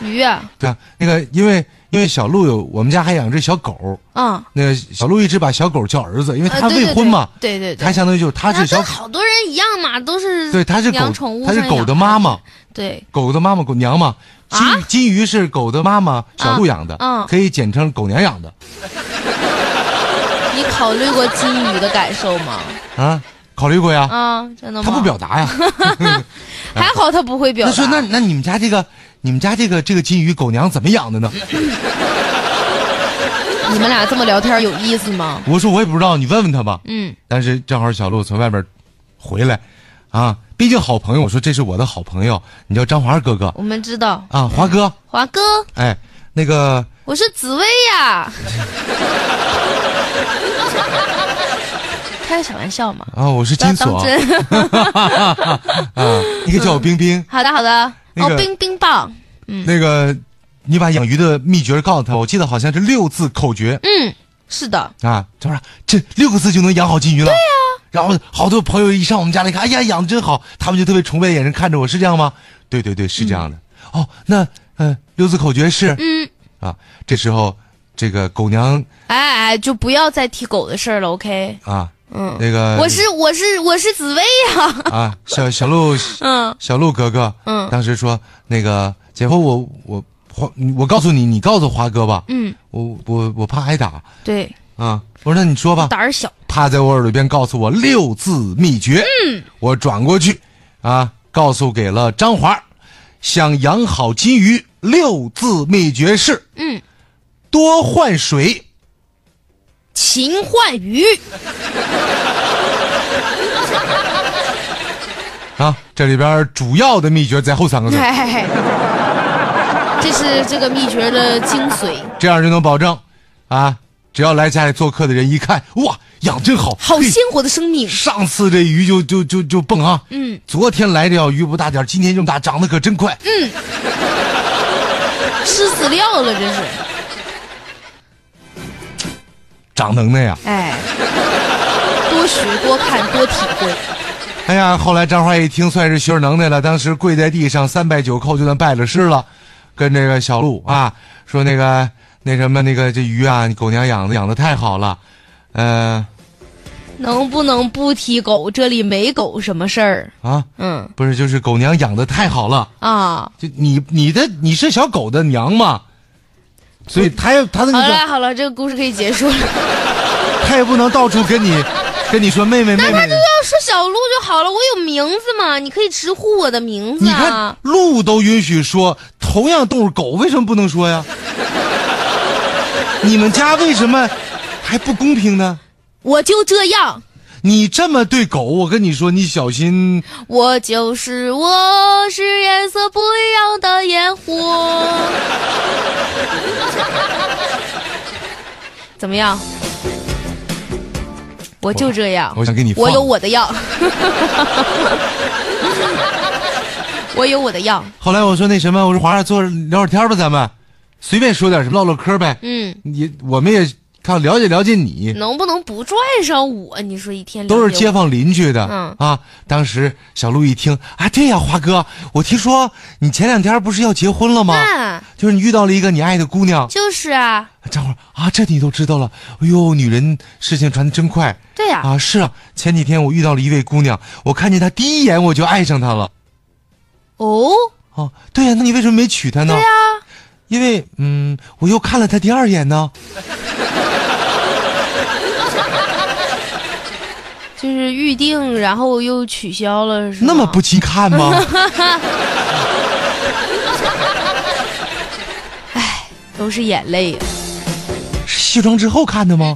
鱼啊，
对啊，那个因为因为小鹿有我们家还养只小狗，
嗯，
那个小鹿一直把小狗叫儿子，因为
呃
它
对对
未婚嘛，
对对对，
它相当于就是它
那
是小
跟
狗，
好多人一样嘛，都是
对，它是狗
嗯养宠物，，
它是
上
狗
养
的妈妈，
对，
狗的妈妈狗娘嘛，金
啊
金鱼是狗的妈妈小鹿养的，
嗯
可以简称狗娘养的
你考虑过金鱼的感受吗？
啊，考虑过呀，
啊，真的吗？
他不，表达呀。
还好他不会 <laughs> 表
那
达。
说那那你们家这个你们家这个这个金鱼狗娘怎么养的呢？
你们俩这么聊天有意思吗？
我说我也不知道，你问问他吧。
嗯，
但是正好小鹿从外边回来，啊，毕竟好朋友，我说这是我的好朋友，你叫张华哥哥
我们知道，
啊，华哥，
华哥，
哎，那个
我是紫薇
<laughs>
呀。开个小玩笑嘛，
啊，我是
不要
金锁
当，真。
<laughs>
<laughs>
啊，你可以叫我冰冰。
好的，好的。
那个
哦，冰冰棒，嗯
那个，你把养鱼的秘诀告诉他，我记得好像是六字口诀。
嗯，是的，
啊，他说这六个字就能养好金鱼了。对呀、然后好多朋友一上我们家来看，哎呀，养得真好，他们就特别崇拜的眼神看着我，是这样吗？对对对，是这样的。哦，那呃，六字口诀是、
嗯，
啊，这时候这个狗娘
哎哎，就不要再提狗的事儿了，OK？
啊，
嗯
那个
我是我是我是紫薇呀，
啊，小小鹿
嗯，
小鹿哥哥，
嗯
当时说那个姐夫，我我花，我告诉你，你告诉华哥吧，
嗯，
我我我怕挨打
对，
啊。我说那你说吧，
胆儿小，
他在我耳朵边告诉我六字秘诀。嗯，我转过去，啊，告诉给了张华，想养好金鱼，六字秘诀是：
嗯，
多换水。
勤换鱼，
啊，这里边主要的秘诀在后三个字，
哎， <laughs> 这是这个秘诀的精髓，
这样就能保证，啊，只要来家里做客的人一看，哇，养真好，
好
嘿
鲜活的生命，
上次这鱼就就就就蹦啊，
嗯，
昨天来这条鱼不大点儿，今天这么大，长得可真快。
吃饲料了，这是，
长能耐啊呀！
哎，多学多看多体会，
哎呀，后来张花一听算是学能耐了，当时跪在地上三拜九叩就算拜了师了，跟这个小鹿啊说那个那什么那个这鱼啊，狗娘养的养的太好了，呃
能不能不提狗？这里没狗什么事儿，
啊
嗯
不是就是狗娘养的太好了，
啊，
就你你的你是小狗的娘嘛，所以它也它那
好
个
了好了，这个故事可以结束了。 <laughs>
它也不能到处跟你跟你说妹妹妹妹。
要说小鹿就好了，我有名字嘛，你可以直呼我的名字
你看
啊。，
鹿都允许说，同样动物狗为什么不能说呀？ <laughs> 你们家为什么还不公平呢？
我就这样，
你这么对狗，我跟你说，你小心
我就是我，是颜色不一样的
<laughs>
烟火。怎么样？我就这样，
我想给你放
我有我的
<laughs>
药，我有我的药。
后来我说那什么，我说华儿坐着聊会儿天吧，咱们随便说点什么，唠唠嗑呗。
嗯，
你我们也看了解了解你，
能不能不拽上我？你说一天
都是
了解
街
我
坊邻居的。
嗯
啊，当时小鹿一听啊，对呀，华哥，我听说你前两天不是要结婚了吗？
嗯
就是你遇到了一个你爱的姑娘。
就是啊，
张会儿啊，这你都知道了？哎呦，女人事情传得真快
对呀、
啊！是啊，前几天我遇到了一位姑娘，我看见她第一眼我就爱上她了。
哦，
哦，对呀、那你为什么没娶她呢？
对呀、
因为嗯，我又看了她第二眼呢。
就是预定，然后又取消了，是吗
那么不禁看吗？
<laughs> 都是眼泪呀、
是卸妆之后看
<laughs>
的吗？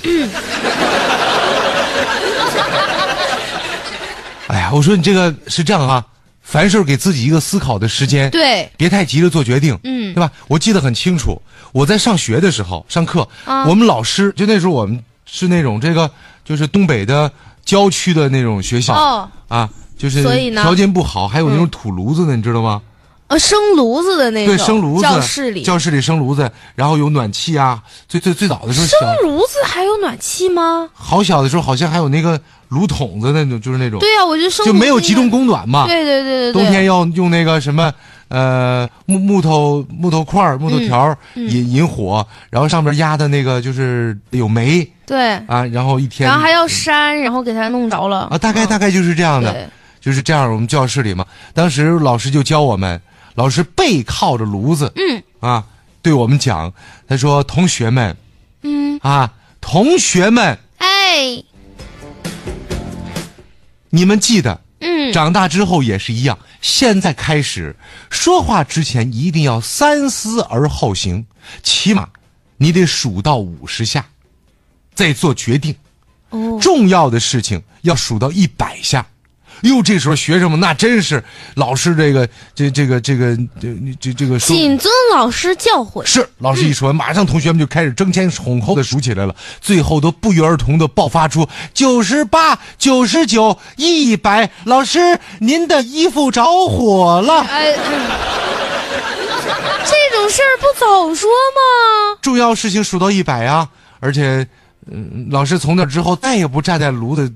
哎呀，我说你这个是这样啊，凡事给自己一个思考的时间。 <laughs>
对，
别太急着做决定，
嗯
对吧？我记得很清楚，我在上学的时候上课，
啊
我们老师就那时候我们是那种这个就是东北的郊区的那种学校、
哦
啊，就是
所以呢
条件不好，还有那种土炉子呢，你知道吗？
呃，生炉子的那种，
对，生炉子，
教室里，
教室里生炉子，然后有暖气啊。最最最早的时候小，
生炉子还有暖气吗？
好小的时候好像还有那个炉筒子那种，就是那种，
对呀、啊我觉得生炉
就
子
没有集中
应
供暖嘛。
该，对对对对对，
冬天要用那个什么，呃，木木头木头块儿、
嗯
木头条儿引引火，然后上面压的那个就是有煤
对，
啊，然后一天，
然后还要扇，然后给它弄着了
啊，大概大
概
概就是这样的，
对，
就是这样。我们教室里嘛，当时老师就教我们，老师背靠着炉子，
嗯
啊，对我们讲，他说：“同学们
嗯，
啊，同学们，
哎，
你们记得。”
嗯，
长大之后也是一样。现在开始说话之前一定要三思而后行，起码你得数到五十下，再做决定。
哦，
重要的事情要数到一百下，哟，这时候学生们那真是老师这个这这个这个这这这个说
谨遵老师教诲。
是老师一说完，马上同学们就开始争先恐后的数起来了，最后都不约而同的爆发出九十八、九十九、一百。老师，您的衣服着火了。
哎，
嗯
<laughs> 这种事儿不早说吗？
重要事情数到一百啊！而且，嗯，老师从那之后再也不站在炉
<laughs>
的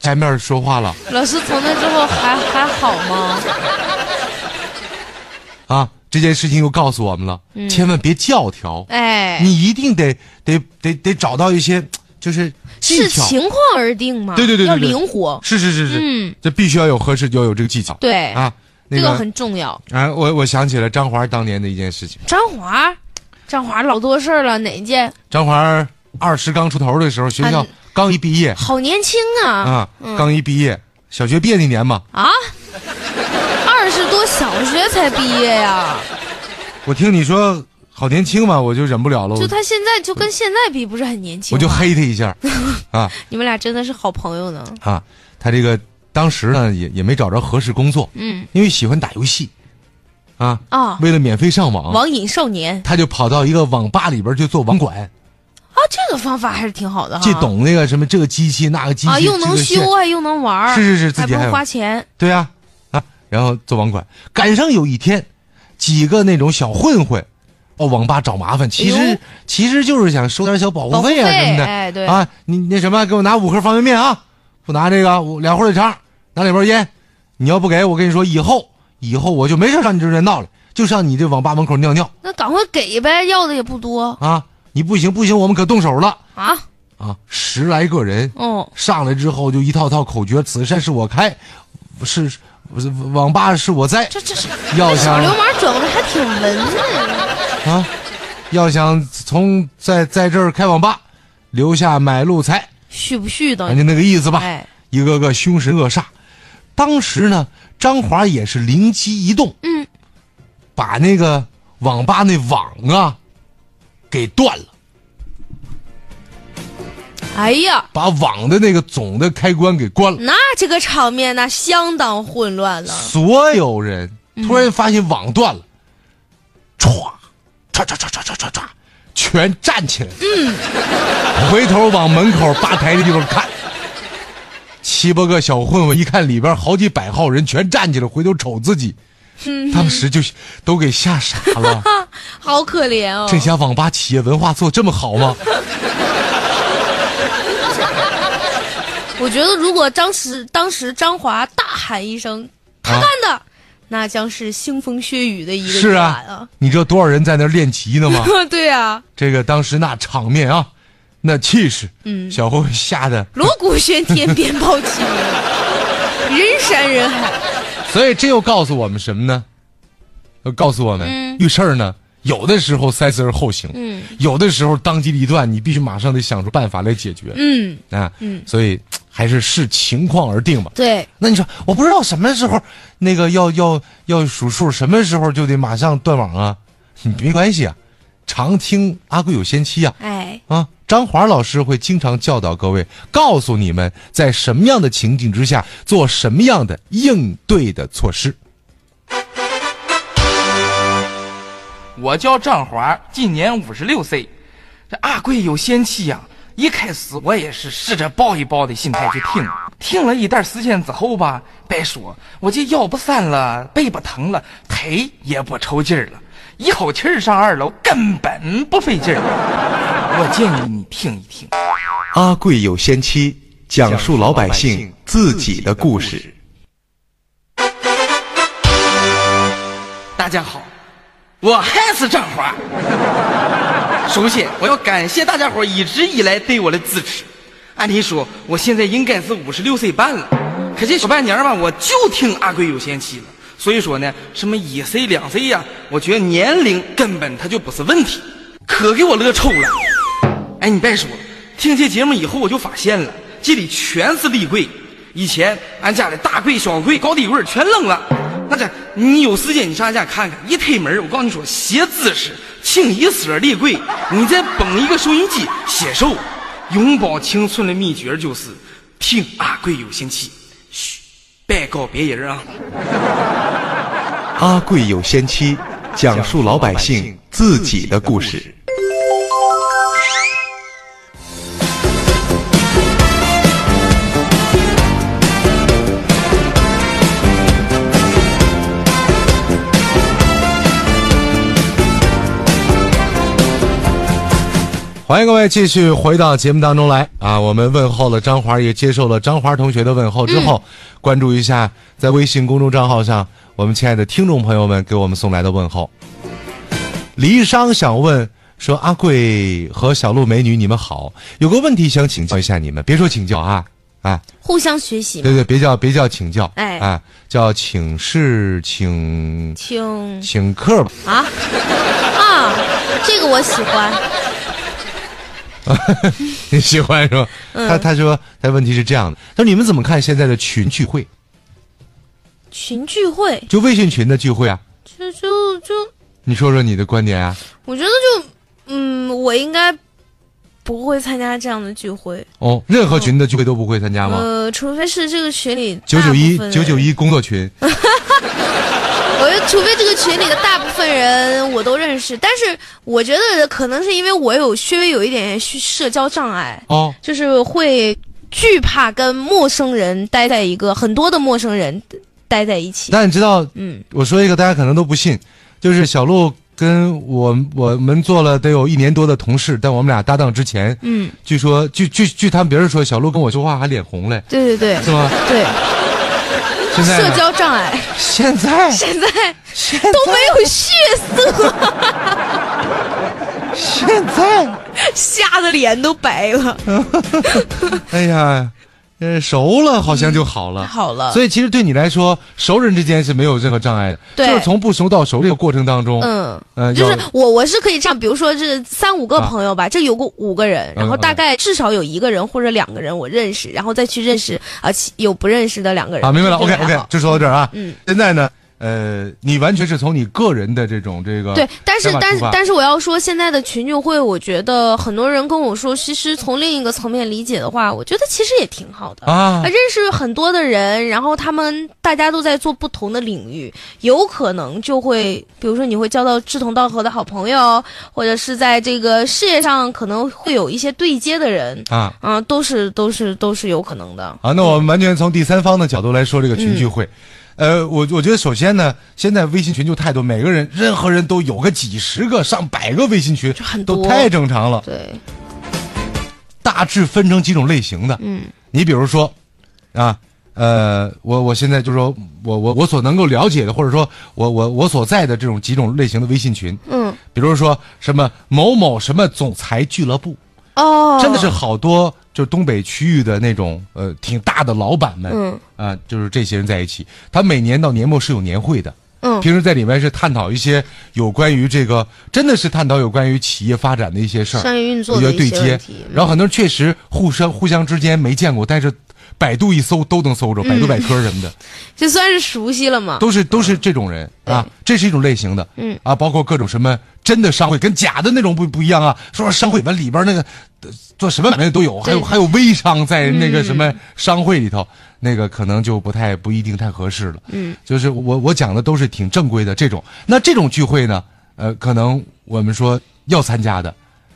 前面说话了
老师从那之后还还好吗？
啊！这件事情又告诉我们了，千万别教条，
嗯哎，
你一定得得得得找到一些就是技
视
巧。
情况而定嘛，
对对对对对
要灵活，
是是是是，
嗯
这必须要有合适，要有这个技巧。
对
啊，那
哎这
个、
个很重要。
啊，我我想起了张华当年的一件事情。
张华，张华老多事儿了，哪件？
张华二十刚出头的时候，学校
他
刚一毕业
好年轻啊！
啊，刚一毕业，小学毕业那年嘛，
啊，二十多小学才毕业呀、
我听你说好年轻嘛，我就忍不了了，
就
我
他现在就跟现在比，不是很年轻
我
吗。
就黑他一下啊
你们俩真的是好朋友呢。
啊！他这个当时呢，也也没找着合适工作，
嗯，
因为喜欢打游戏啊
啊
为了免费上网，
网瘾少年
他就跑到一个网吧里边去做网管，
啊，这个方法还是挺好的哈。
这懂那个什么这个机器那个机器，
啊，又
这
能
个线
修，还又能玩儿，
是是是自
还
己
不
还有
用花钱。
对啊，啊，然后做网管，赶上有一天，几个那种小混混，哦，网吧找麻烦，其实、
哎呦
其实就是想收点小保护啊
保护费
什么的，
哎对
啊，你那什么，给我拿五盒方便面啊，不拿这个，我两火腿肠，拿两包烟，你要不给我跟你说，以后以后我就没事上你这儿闹了，就上你这网吧门口尿尿
那赶快给呗，要的也不多
啊，你不行不行，我们可动手了
啊。
啊，十来个人，
哦，
上来之后就一套套口诀，此山是我开，是是网吧是我栽。
这这是
要
这小
想
流氓转过来还挺文呢。
啊，要想从在在这儿开网吧，留下买路财，
续不续的
反？正那个意思吧。
嗯哎
一个个凶神恶煞。当时呢，张华也是灵机一动，
嗯，
把那个网吧那网啊给断了，
哎呀，
把网的那个总的开关给关了。
那这个场面那相当混乱了。
所有人
嗯
突然发现网断了，歘、歘歘歘歘歘歘歘，全站起来，嗯，回头往门口吧台的地方看，七八个小混混一看里边好几百号人全站起来，回头瞅自己，
嗯
当时就都给吓傻
<laughs>
了。
好可怜哦！
这家网吧企业文化做这么好吗？
<laughs> 我觉得如果当时当时张华大喊一声“他
啊
干的”，那将是腥风血雨的一个
是
夜
啊
晚啊！，
你知道多少人在那儿练级呢吗？
对啊， <laughs>
这个当时那场面啊，那气势，嗯，小混混吓得
锣鼓喧天，鞭炮齐
<laughs>
鸣，人山人海。
所以这又告诉我们什么呢？呃告诉我们，
嗯
遇事儿呢，有的时候三思而后行，嗯，有的时候当机立断，你必须马上得想出办法来解决，
嗯，
啊，所以嘖还是视情况而定吧。
对，
那你说，我不知道什么时候那个要要要数数，什么时候就得马上断网啊？ <laughs> 没关系啊，常听阿贵有仙妻啊，
哎，
啊，张华老师会经常教导各位，告诉你们在什么样的情景之下做什么样的应对的措施。
我叫张华，今年五十六岁。这阿贵有仙气呀、一开始我也是试着抱一抱的心态去听，听了一段时间之后吧，别说我这腰不酸了，背不疼了，腿也不抽筋儿了，一口气儿上二楼根本不费劲儿。我建议你听一听。
阿贵有仙妻，讲述老百姓自己的故事。
大家好，我还是张 <laughs> 华。首先，我要感谢大家伙一直以来对我的支持。按理说，我现在应该是五十六岁半了，可这小半年儿吧，我就听阿贵有仙妻了。所以说呢，什么一岁两岁呀、我觉得年龄根本它就不是问题，可给我乐抽了。哎，你别说，听这节目以后我就发现了，这里全是立柜。以前俺家的大柜、小柜、高低柜全扔了。那这你有时间你上俺家看看，一推门，我告诉你说，鞋姿势，清一色立柜，你再捧一个收音机，写手。永葆青春的秘诀就是听阿贵有仙气。嘘，别告别人啊！
阿贵有仙妻，讲述老百姓自己的故事。
欢迎各位继续回到节目当中来啊！我们问候了张华，也接受了张华同学的问候之后，关注一下在微信公众账号上我们亲爱的听众朋友们给我们送来的问候。黎商想问说：“阿贵和小鹿美女，你们好，有个问题想请教一下你们，别说请教啊啊，
互相学习嘛
对，对，别叫别叫请教，
嗯哎
啊，叫请示请
请
请客 <laughs> 吧。”
啊啊，这个我喜欢。
你喜欢是吧？他他说他问题是这样的，他说你们怎么看现在的群聚会？
群聚会，
就微信群的聚会啊？
就就就，
你说说你的观点啊？
我觉得就，嗯，我应该不会参加这样的聚会，
哦，任何群的聚会都不会参加啊吗？
呃，除非是这个群里
九九一
大部分人
九九，一工作
<laughs>
群，
我觉得除非这个群里的大部分人我都认识，但是我觉得可能是因为我有稍微有一点社交障碍，
哦
就是会惧怕跟陌生人待在一个很多的陌生人待在一起。
但你知道，
嗯，
我说一个大家可能都不信，就是小鹿跟我我们做了得有一年多的同事，但我们俩搭档之前，
嗯，
据说据据据他们别人说，小鹿跟我说话还脸红嘞，
对对对
是
<laughs>
吗？
对，
现在呢
社交障碍
现在
现在
现在
<laughs> 都没有血色，
现在，
吓得脸都白了。
哎呀，呃，熟了好像就好了。
好了，
所以其实对你来说，熟人之间是没有任何障碍的，
对
就是从不熟到熟这个过程当中，
嗯。
呃，
就是
有
我，我是可以这样，比如说这三五个朋友吧，这有个五个人，然后
啊嗯
大概至少有一个人或者两个人我认识，然后再去认识啊其有不认识的两个人。
啊，明白了
这
，OK
个还
OK，
好
就说到这儿啊。
嗯，
现在呢，呃，你完全是从你个人的这种呃这个
对，但是
想法
但
出
是
发
但是我要说，现在的群聚会，我觉得很多人跟我说，其实从另一个层面理解的话，我觉得其实也挺好的。
啊
呃认识很多的人，然后他们大家都在做不同的领域，有可能就会，比如说你会交到志同道合的好朋友，或者是在这个事业上可能会有一些对接的人，
啊
啊，都是都是都是有可能的。
啊，那我们完全从第三方的角度来说这个群聚会，呃，我我觉得首先呢，现在微信群就太多，每个人任何人都有个几十个、上百个微信群，
很多
都太正常了。
对，
大致分成几种类型的。嗯，你比如说，啊，呃，我我现在就说我我我所能够了解的，或者说我我我所在的这种几种类型的微信群，
嗯，
比如说什么某某什么总裁俱乐部，
哦，
真的是好多就是东北区域的那种呃挺大的老板们，
嗯，
啊、就是这些人在一起，他每年到年末是有年会的。
嗯
平时在里面是探讨一些有关于这个，真的是探讨有关于企业发展的一些事儿，
商业运作
一
的
些
一
对
些问
接
题。嗯
然后很多人确实互相互相之间没见过，但是百度一搜都能搜着，
嗯
百度百科什么的，
这算是熟悉了嘛？
都是都是这种人啊，这是一种类型的，
嗯
啊，包括各种什么真的商会跟假的那种不不一样啊，说商会完里边那个呃做什么买卖都有，还有
对嗯
还有微商在那个什么商会里头，那个可能就不太不一定太合适了，嗯，就是我我讲的都是挺正规的这种，那这种聚会呢，呃，可能我们说要参加的，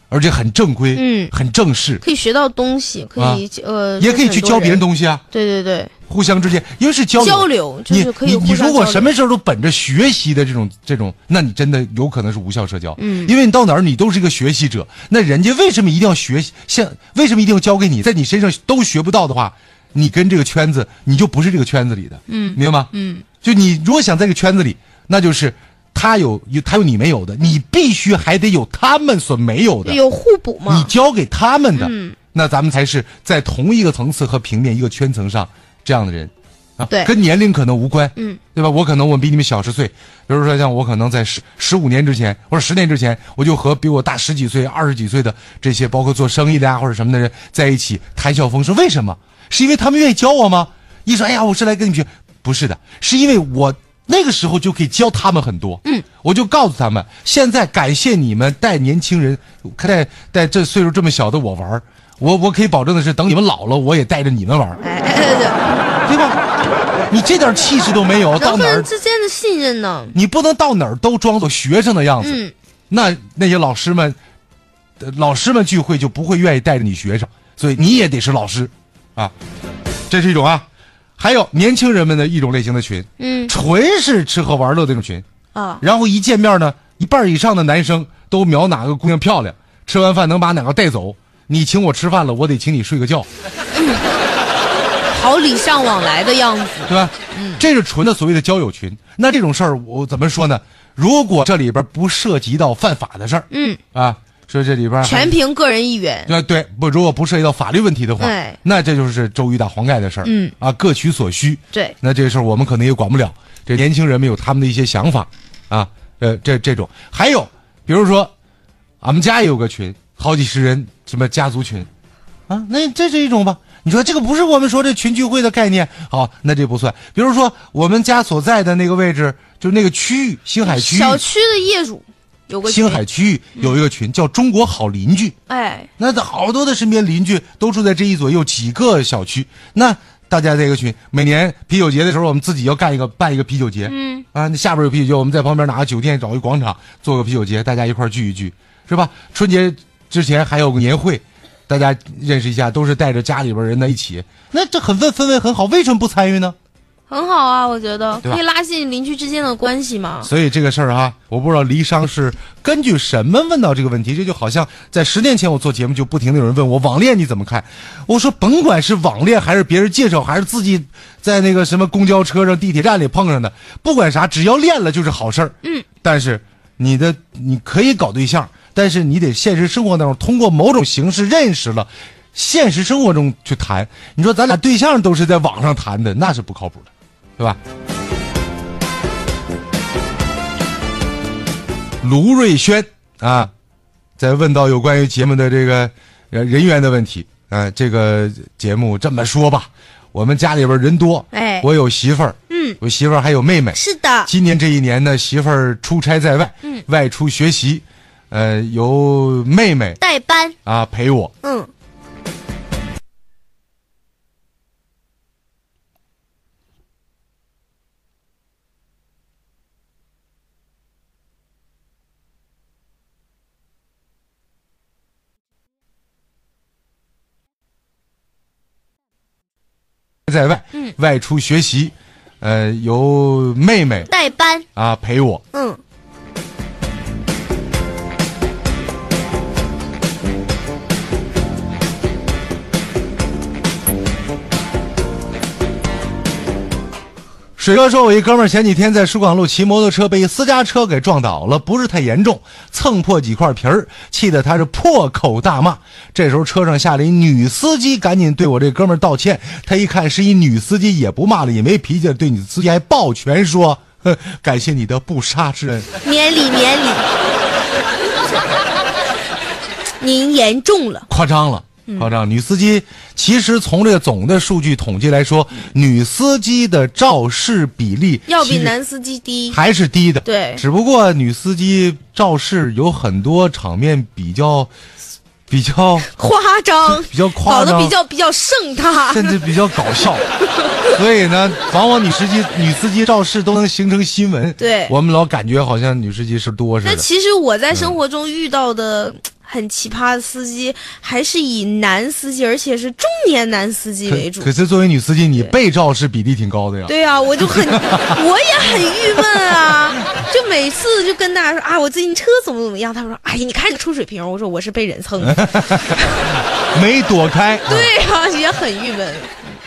而且很正规，
嗯
很正式，
可以学到东西，可以、呃，
啊也可以去教别人
西。
东西啊，
对对对，
互相之间，因为是交流，
交流就是可以
你
互
你你
相
如果
交流
什么事儿都本着学习的这种这种，那你真的有可能是无效社交。
嗯
因为你到哪儿你都是一个学习者，那人家为什么一定要学习？像为什么一定要教给你，在你身上都学不到的话，你跟这个圈子你就不是这个圈子里的，嗯，明白吗？嗯，就你如果想在这个圈子里，那就是他有有他有你没有的，你必须还得有他们所没有的。
有互补
啊你
嘛？
交给他们的，
嗯
那咱们才是在同一个层次和平面、一个圈层上这样的人，啊，
对
跟年龄可能无关，
嗯，
对吧？我可能我比你们小十岁，比如说像我可能在十十五年之前或者十年之前，我就和比我大十几岁、二十几岁的这些包括做生意的啊或者什么的人在一起谈笑风生，为什么？是因为他们愿意教我吗？一说哎呀，我是来跟你学，不是的，是因为我。那个时候就可以教他们很多，嗯，我就告诉他们，现在感谢你们带年轻人，带带这岁数这么小的我玩儿我我可以保证的是，等你们老了，我也带着你们玩儿
哎哎哎，对
对吧？你这点气势都没有，到
人和
哪
人
儿
之间的信任呢？
你不能到哪儿都装作学生的样子。
嗯，
那那些老师们，呃老师们聚会就不会愿意带着你学生，所以你也得是老师，啊，这是一种啊。还有年轻人们的一种类型的群，
嗯
纯是吃喝玩乐的那种群。
啊，
然后一见面呢，一半以上的男生都瞄哪个姑娘漂亮，吃完饭能把哪个带走。你请我吃饭了，我得请你睡个觉，
好礼尚往来的样子。
对吧？这是纯的所谓的交友群。那这种事儿，我怎么说呢？如果这里边不涉及到犯法的事儿，
嗯，
啊，说这里边还
全凭个人意愿。
对对不，如果不涉及到法律问题的话
对，
那这就是周瑜打黄盖的事儿。
嗯
啊，各取所需。
对
那这事儿我们可能也管不了。这年轻人们有他们的一些想法啊，呃，这这种还有，比如说，俺们家也有个群，好几十人，什么家族群，啊，那这是一种吧？你说这个不是我们说这群聚会的概念，好，那这不算。比如说我们家所在的那个位置，就是那个区域，星海区域，
小区的业主有个群
星海，区域有一个群叫“中国好邻居”。
哎，
那好多的身边邻居都住在这一左右几个小区。那大家在一个群，每年啤酒节的时候，我们自己要干一个办一个啤酒节。嗯啊，那下边有啤酒节，我们在旁边哪个酒店找一广场做个啤酒节，大家一块儿聚一聚，是吧？春节之前还有个年会，大家认识一下，都是带着家里边人在一起，那这很氛氛围很好，为什么不参与呢？
很好啊，我觉得
对吧
可以拉近邻居之间的关系嘛。
所以这个事儿啊，我不知道黎商是根据什么问到这个问题，这就好像在十年前我做节目就不停的有人问我网恋你怎么看，我说甭管是网恋还是别人介绍，还是自己在那个什么公交车上、地铁站里碰上的，不管啥，只要恋了就是好事儿。嗯，但是你的你可以搞对象，但是你得现实生活当中通过某种形式认识了。现实生活中去谈，你说咱俩对象都是在网上谈的，那是不靠谱的，对吧？卢瑞轩啊，在问到有关于节目的这个呃人员的问题啊，这个节目这么说吧，我们家里边人多，
哎
我有媳妇儿，嗯，我媳妇儿还有妹妹，
是的，
今年这一年呢，媳妇儿出差在外，
嗯
外出学习，呃，由妹妹
代班，
啊陪我，
嗯，
在外，
嗯
外出学习，呃，由妹妹
代班，
啊陪我，
嗯，
水哥说：“我一哥们儿前几天在疏港路骑摩托车被一私家车给撞倒了，不是太严重，蹭破几块皮儿，气得他是破口大骂。这时候车上下来一女司机，赶紧对我这哥们儿道歉。他一看是一女司机，也不骂了，也没脾气了，对女司机还抱拳说：‘哼，感谢你的不杀之恩。’ <laughs>
免礼免礼，您严重了，
夸张了，夸张。女司机其实从这个总的数据统计来说，女司机的肇事比例
要
其
比
实
男司机低。
还是低的。
对
只不过女司机肇事有很多场面比较比较
<laughs> 夸张，
比较夸张
搞得比较比较盛大，
甚至比较搞
<laughs>
笑，所以呢，往往女司机女司机肇事都能形成新闻。
对
我们老感觉好像女司机是多似的。
那其实我
嗯
在生活中遇到的很奇葩的司机，还是以男司机，而且是中年男司机为主
可。可是作为女司机，你被肇事比例挺高的呀。
<laughs> 对呀、啊我就很，我也很郁闷啊！ <laughs> 就每次就跟大家说啊，我最近车怎么怎么样，他们说，哎呀，你看你出水瓶儿，我说我是被人蹭 <laughs> 的，
没躲开。
对呀、也很郁闷，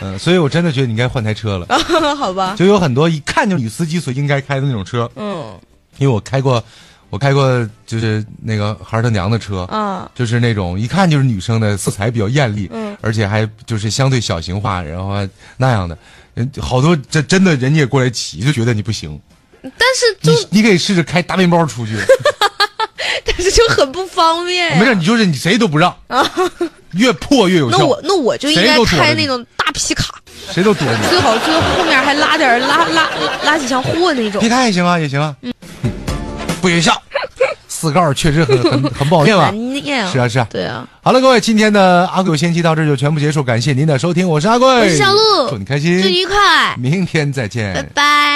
<laughs>
嗯，所以我真的觉得你应该换台车了。
好吧？
就有很多一看就是女司机所应该开的那种车，
嗯
因为我开过，我开过就是那个孩儿他娘的车，
啊，
就是那种一看就是女生的，色彩比较艳丽，嗯，而且还就是相对小型化，然后还那样的，人好多这真的人家也过来骑，就觉得你不行，
但是
你
就
你可以试试开大面包
<laughs>
出去，
但是就很不方便。
没事，你就是你谁都不让，越破越有效
啊那，我那我就应
谁
该
都躲着
开
你
那种大皮卡，
谁都躲
<laughs>
你，
最好最后面还拉点儿拉拉拉几箱货那种
<laughs>
嗯
皮。卡也行啊，也行啊，不许笑，四个二确实很很很不好念啊。
难念
是啊是啊
对啊，
好了，各位，今天的阿贵有仙妻到这儿就全部结束，感谢您的收听，我是阿贵，
我是小鹿
祝你开
祝你
心，
愉快，
明天再见，
拜拜。